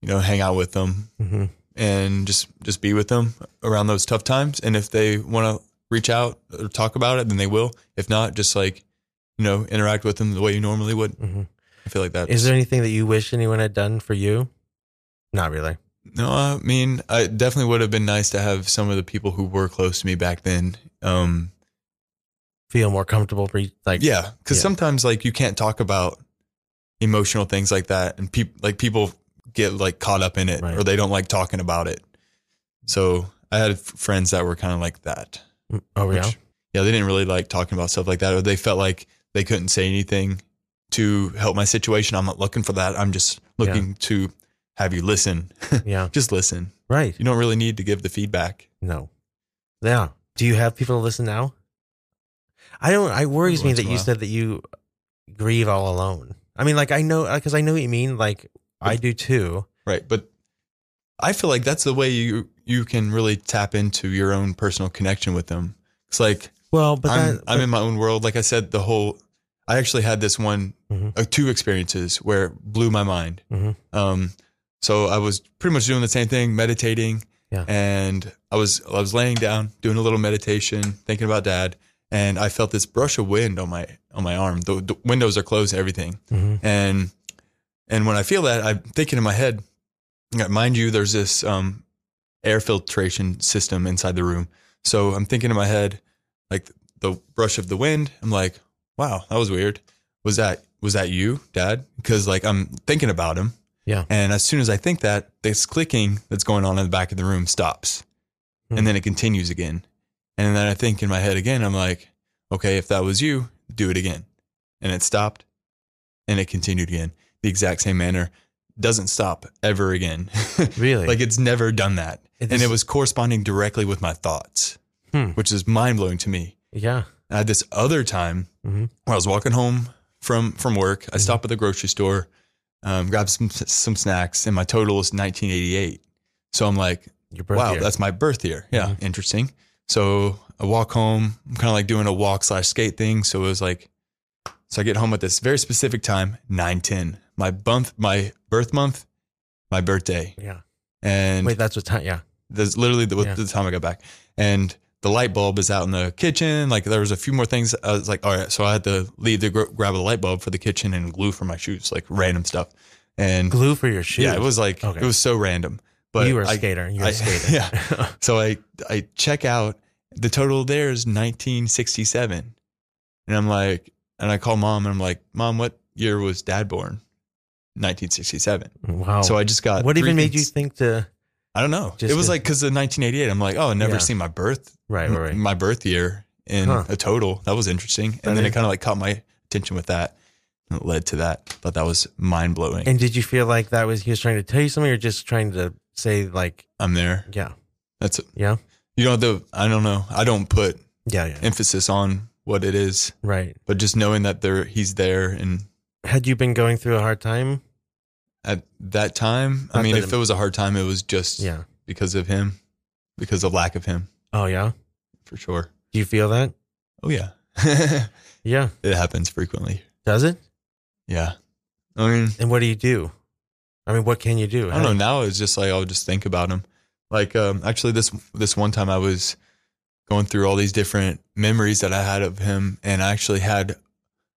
Speaker 8: you know hang out with them
Speaker 1: Mm-hmm.
Speaker 8: and just just be with them around those tough times and if they want to reach out or talk about it then they will if not just like you know interact with them the way you normally would
Speaker 1: Mhm.
Speaker 8: i feel like that
Speaker 1: Is there anything that you wish anyone had done for you? Not really.
Speaker 8: No, I mean, I it definitely would have been nice to have some of the people who were close to me back then. Um,
Speaker 1: Feel more comfortable, re- like
Speaker 8: yeah, because
Speaker 1: Yeah.
Speaker 8: sometimes like you can't talk about emotional things like that, and people like people get like caught up in it,
Speaker 1: Right.
Speaker 8: or they don't like talking about it. So I had f- friends that were kind of like that.
Speaker 1: Mm, Oh yeah.
Speaker 8: Which- yeah, they didn't really like talking about stuff like that, or they felt like they couldn't say anything to help my situation. I'm not looking for that. I'm just looking to have you listen.
Speaker 1: [LAUGHS]
Speaker 8: [LAUGHS]
Speaker 1: Yeah.
Speaker 8: just listen.
Speaker 1: Right.
Speaker 8: You don't really need to give the feedback.
Speaker 1: No. Yeah. Do you have people to listen now? I don't. I worries me
Speaker 8: once
Speaker 1: that
Speaker 8: in a
Speaker 1: you
Speaker 8: while.
Speaker 1: said that you grieve all alone. I mean, like I know because I know what you mean. Like I do too.
Speaker 8: Right, but I feel like that's the way you you can really tap into your own personal connection with them. It's like
Speaker 1: Well, but
Speaker 8: I'm
Speaker 1: that,
Speaker 8: I'm in my own world. Like I said, the whole I actually had this one
Speaker 1: Mhm.
Speaker 8: uh, two experiences where it blew my mind.
Speaker 1: Mhm.
Speaker 8: Um, so I was pretty much doing the same thing, meditating,
Speaker 1: Yeah.
Speaker 8: and I was I was laying down doing a little meditation, thinking about dad, and I felt this brush of wind on my on my arm. The, the windows are closed, everything
Speaker 1: Mhm.
Speaker 8: and and when I feel that, I'm thinking in my head. yeah, Mind you, there's this um, air filtration system inside the room, so I'm thinking in my head, like the brush of the wind. I'm like, wow, that was weird. Was that was that you, Dad? Because like I'm thinking about him.
Speaker 1: Yeah.
Speaker 8: And as soon as I think that, this clicking that's going on in the back of the room stops,
Speaker 1: Hmm.
Speaker 8: and then it continues again. And then I think in my head again, I'm like, okay, if that was you, do it again. And it stopped, and it continued again, the exact same manner. Doesn't stop ever again. [LAUGHS]
Speaker 1: really
Speaker 8: like it's never done that.
Speaker 1: It
Speaker 8: and
Speaker 1: is-
Speaker 8: it was corresponding directly with my thoughts,
Speaker 1: Hmm.
Speaker 8: which is mind blowing to me.
Speaker 1: yeah.
Speaker 8: I had this other time
Speaker 1: Mhm.
Speaker 8: where I was walking home from from work.
Speaker 1: Mm-hmm.
Speaker 8: I stopped at the grocery store, um, grabbed some some snacks, and my total is 1988. So I'm like,
Speaker 1: Your birth
Speaker 8: wow,
Speaker 1: year. Mm-hmm.
Speaker 8: that's my birth year. Yeah, interesting. So I walk home. I'm kind of like doing a walk slash skate thing. So it was like, so I get home at this very specific time, nine ten. My month, my birth month, my birthday,
Speaker 1: yeah.
Speaker 8: and
Speaker 1: Wait, that's what time. Yeah.
Speaker 8: that's literally the,
Speaker 1: Yeah.
Speaker 8: the time I got back. And the light bulb is out in the kitchen. Like there was a few more things. I was like, all right. So I had to leave to gr- grab the light bulb for the kitchen and glue for my shoes, like random stuff. And
Speaker 1: Glue for your shoes.
Speaker 8: yeah, it was like
Speaker 1: Okay.
Speaker 8: it was so random. But
Speaker 1: you were a
Speaker 8: I-
Speaker 1: skater. You're a
Speaker 8: I-
Speaker 1: skater.
Speaker 8: [LAUGHS] yeah. So I I check out the total there is 1967, and I'm like, and I call mom and I'm like, mom, what year was dad born? 1967.
Speaker 1: [LAUGHS] wow.
Speaker 8: So I just got
Speaker 1: Oh. what
Speaker 8: three
Speaker 1: even made you
Speaker 8: cons-
Speaker 1: think to?
Speaker 8: I don't know.
Speaker 1: Just
Speaker 8: it was
Speaker 1: a-
Speaker 8: like because of 1988. I'm like, oh, I've never
Speaker 1: Yeah.
Speaker 8: seen my birth,
Speaker 1: Right. Right. right.
Speaker 8: my birth year in
Speaker 1: Huh.
Speaker 8: a total. That was interesting. And
Speaker 1: That
Speaker 8: then
Speaker 1: is-
Speaker 8: it kind of like caught my attention with that. that led to that. But that was mind blowing.
Speaker 1: And did you feel like that was he was trying to tell you something, or just trying to say like,
Speaker 8: I'm there.
Speaker 1: yeah,
Speaker 8: That's it.
Speaker 1: Yeah.
Speaker 8: You know the I don't know. I don't put
Speaker 1: yeah, yeah,
Speaker 8: emphasis on what it is,
Speaker 1: right?
Speaker 8: but just knowing that there he's there and
Speaker 1: Had you been going through a hard time?
Speaker 8: at that time, I
Speaker 1: Not
Speaker 8: mean,
Speaker 1: that
Speaker 8: if
Speaker 1: it-
Speaker 8: it was a hard time, it was just
Speaker 1: Yeah.
Speaker 8: because of him, because of lack of him,
Speaker 1: Oh yeah.
Speaker 8: for sure.
Speaker 1: Do you feel that?
Speaker 8: Oh yeah, [LAUGHS] it
Speaker 1: Yeah.
Speaker 8: happens frequently.
Speaker 1: Does it?
Speaker 8: Yeah, I mean,
Speaker 1: And what do you do? I mean, what can you do?
Speaker 8: I don't know. Now it's just like I'll just think about him. Like um, actually, this this one time I was going through all these different memories that I had of him, and I actually had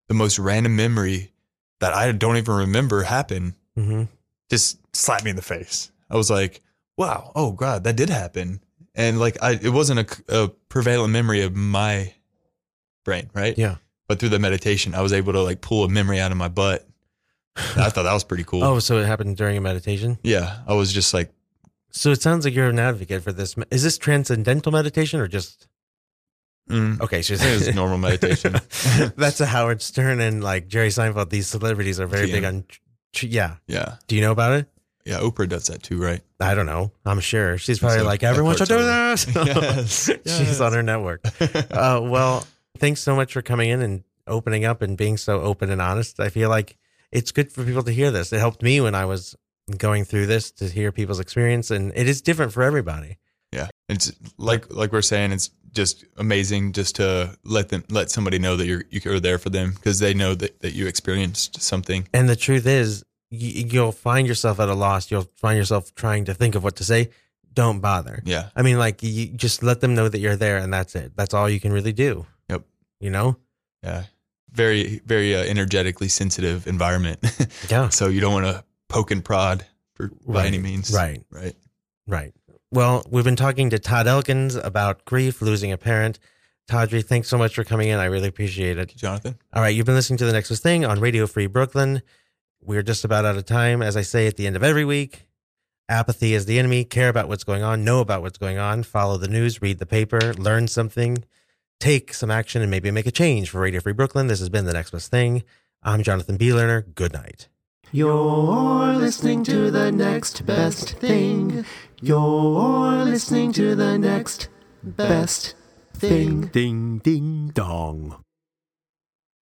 Speaker 8: the most random memory that I don't even remember happen.
Speaker 1: hmm
Speaker 8: just slapped me in the face. I was like, wow, oh God, that did happen. And like, I, it wasn't a, a prevalent memory of my brain, right?
Speaker 1: Yeah.
Speaker 8: But through the meditation, I was able to like pull a memory out of my
Speaker 1: [LAUGHS]
Speaker 8: butt. I thought that was pretty cool.
Speaker 1: Oh, so it happened during a meditation.
Speaker 8: Yeah. I was just like,
Speaker 1: So it sounds like you're an advocate for this. Is this transcendental meditation or just
Speaker 8: mm,
Speaker 1: okay? So
Speaker 8: I think
Speaker 1: [LAUGHS]
Speaker 8: it was normal meditation.
Speaker 1: That's a Howard Stern and like Jerry Seinfeld. These celebrities are very big
Speaker 8: TM.
Speaker 1: on. tr- Yeah.
Speaker 8: yeah.
Speaker 1: Do you know about it?
Speaker 8: Yeah. Oprah does that
Speaker 1: [LAUGHS]
Speaker 8: too, right?
Speaker 1: I don't know. I'm sure she's probably
Speaker 8: So
Speaker 1: like
Speaker 8: that
Speaker 1: everyone should
Speaker 8: part's
Speaker 1: do
Speaker 8: over. [LAUGHS]
Speaker 1: this. [LAUGHS]
Speaker 8: Yes,
Speaker 1: She's
Speaker 8: yes.
Speaker 1: on her network. Uh, well, thanks so much for coming in and opening up and being so open and honest. I feel like it's good for people to hear this. It helped me when I was going through this to hear people's experience, and it is different for everybody.
Speaker 8: Yeah. It's like, like we're saying, it's just amazing just to let them, let somebody know that you're, you're there for them because they know that, that you experienced something.
Speaker 1: And the truth is, y- you'll find yourself at a loss. You'll find yourself trying to think of what to say. Don't bother.
Speaker 8: Yeah.
Speaker 1: I mean, like, you just let them know that you're there, and that's it. That's all you can really do.
Speaker 8: Yep.
Speaker 1: You know?
Speaker 8: Yeah. Very, very uh, energetically sensitive environment. [LAUGHS]
Speaker 1: Yeah.
Speaker 8: so you don't want to poke and prod for, by any
Speaker 1: Right.
Speaker 8: means.
Speaker 1: Right.
Speaker 8: Right.
Speaker 1: Right. Well, we've been talking to Todd Elkins about grief, losing a parent. Todry, thanks so much for coming in. I really appreciate it.
Speaker 8: Jonathan?
Speaker 1: All right, you've been listening to The Next Best Thing on Radio Free Brooklyn. We're just about out of time. As I say at the end of every week, apathy is the enemy. Care about what's going on, know about what's going on, follow the news, read the paper, learn something, take some action, and maybe make a change for Radio Free Brooklyn. This has been The Next Best Thing. I'm Jonathan B. Lerner. Good night.
Speaker 9: You're listening to the next best thing. You're listening to the next best thing.
Speaker 2: Ding ding dong.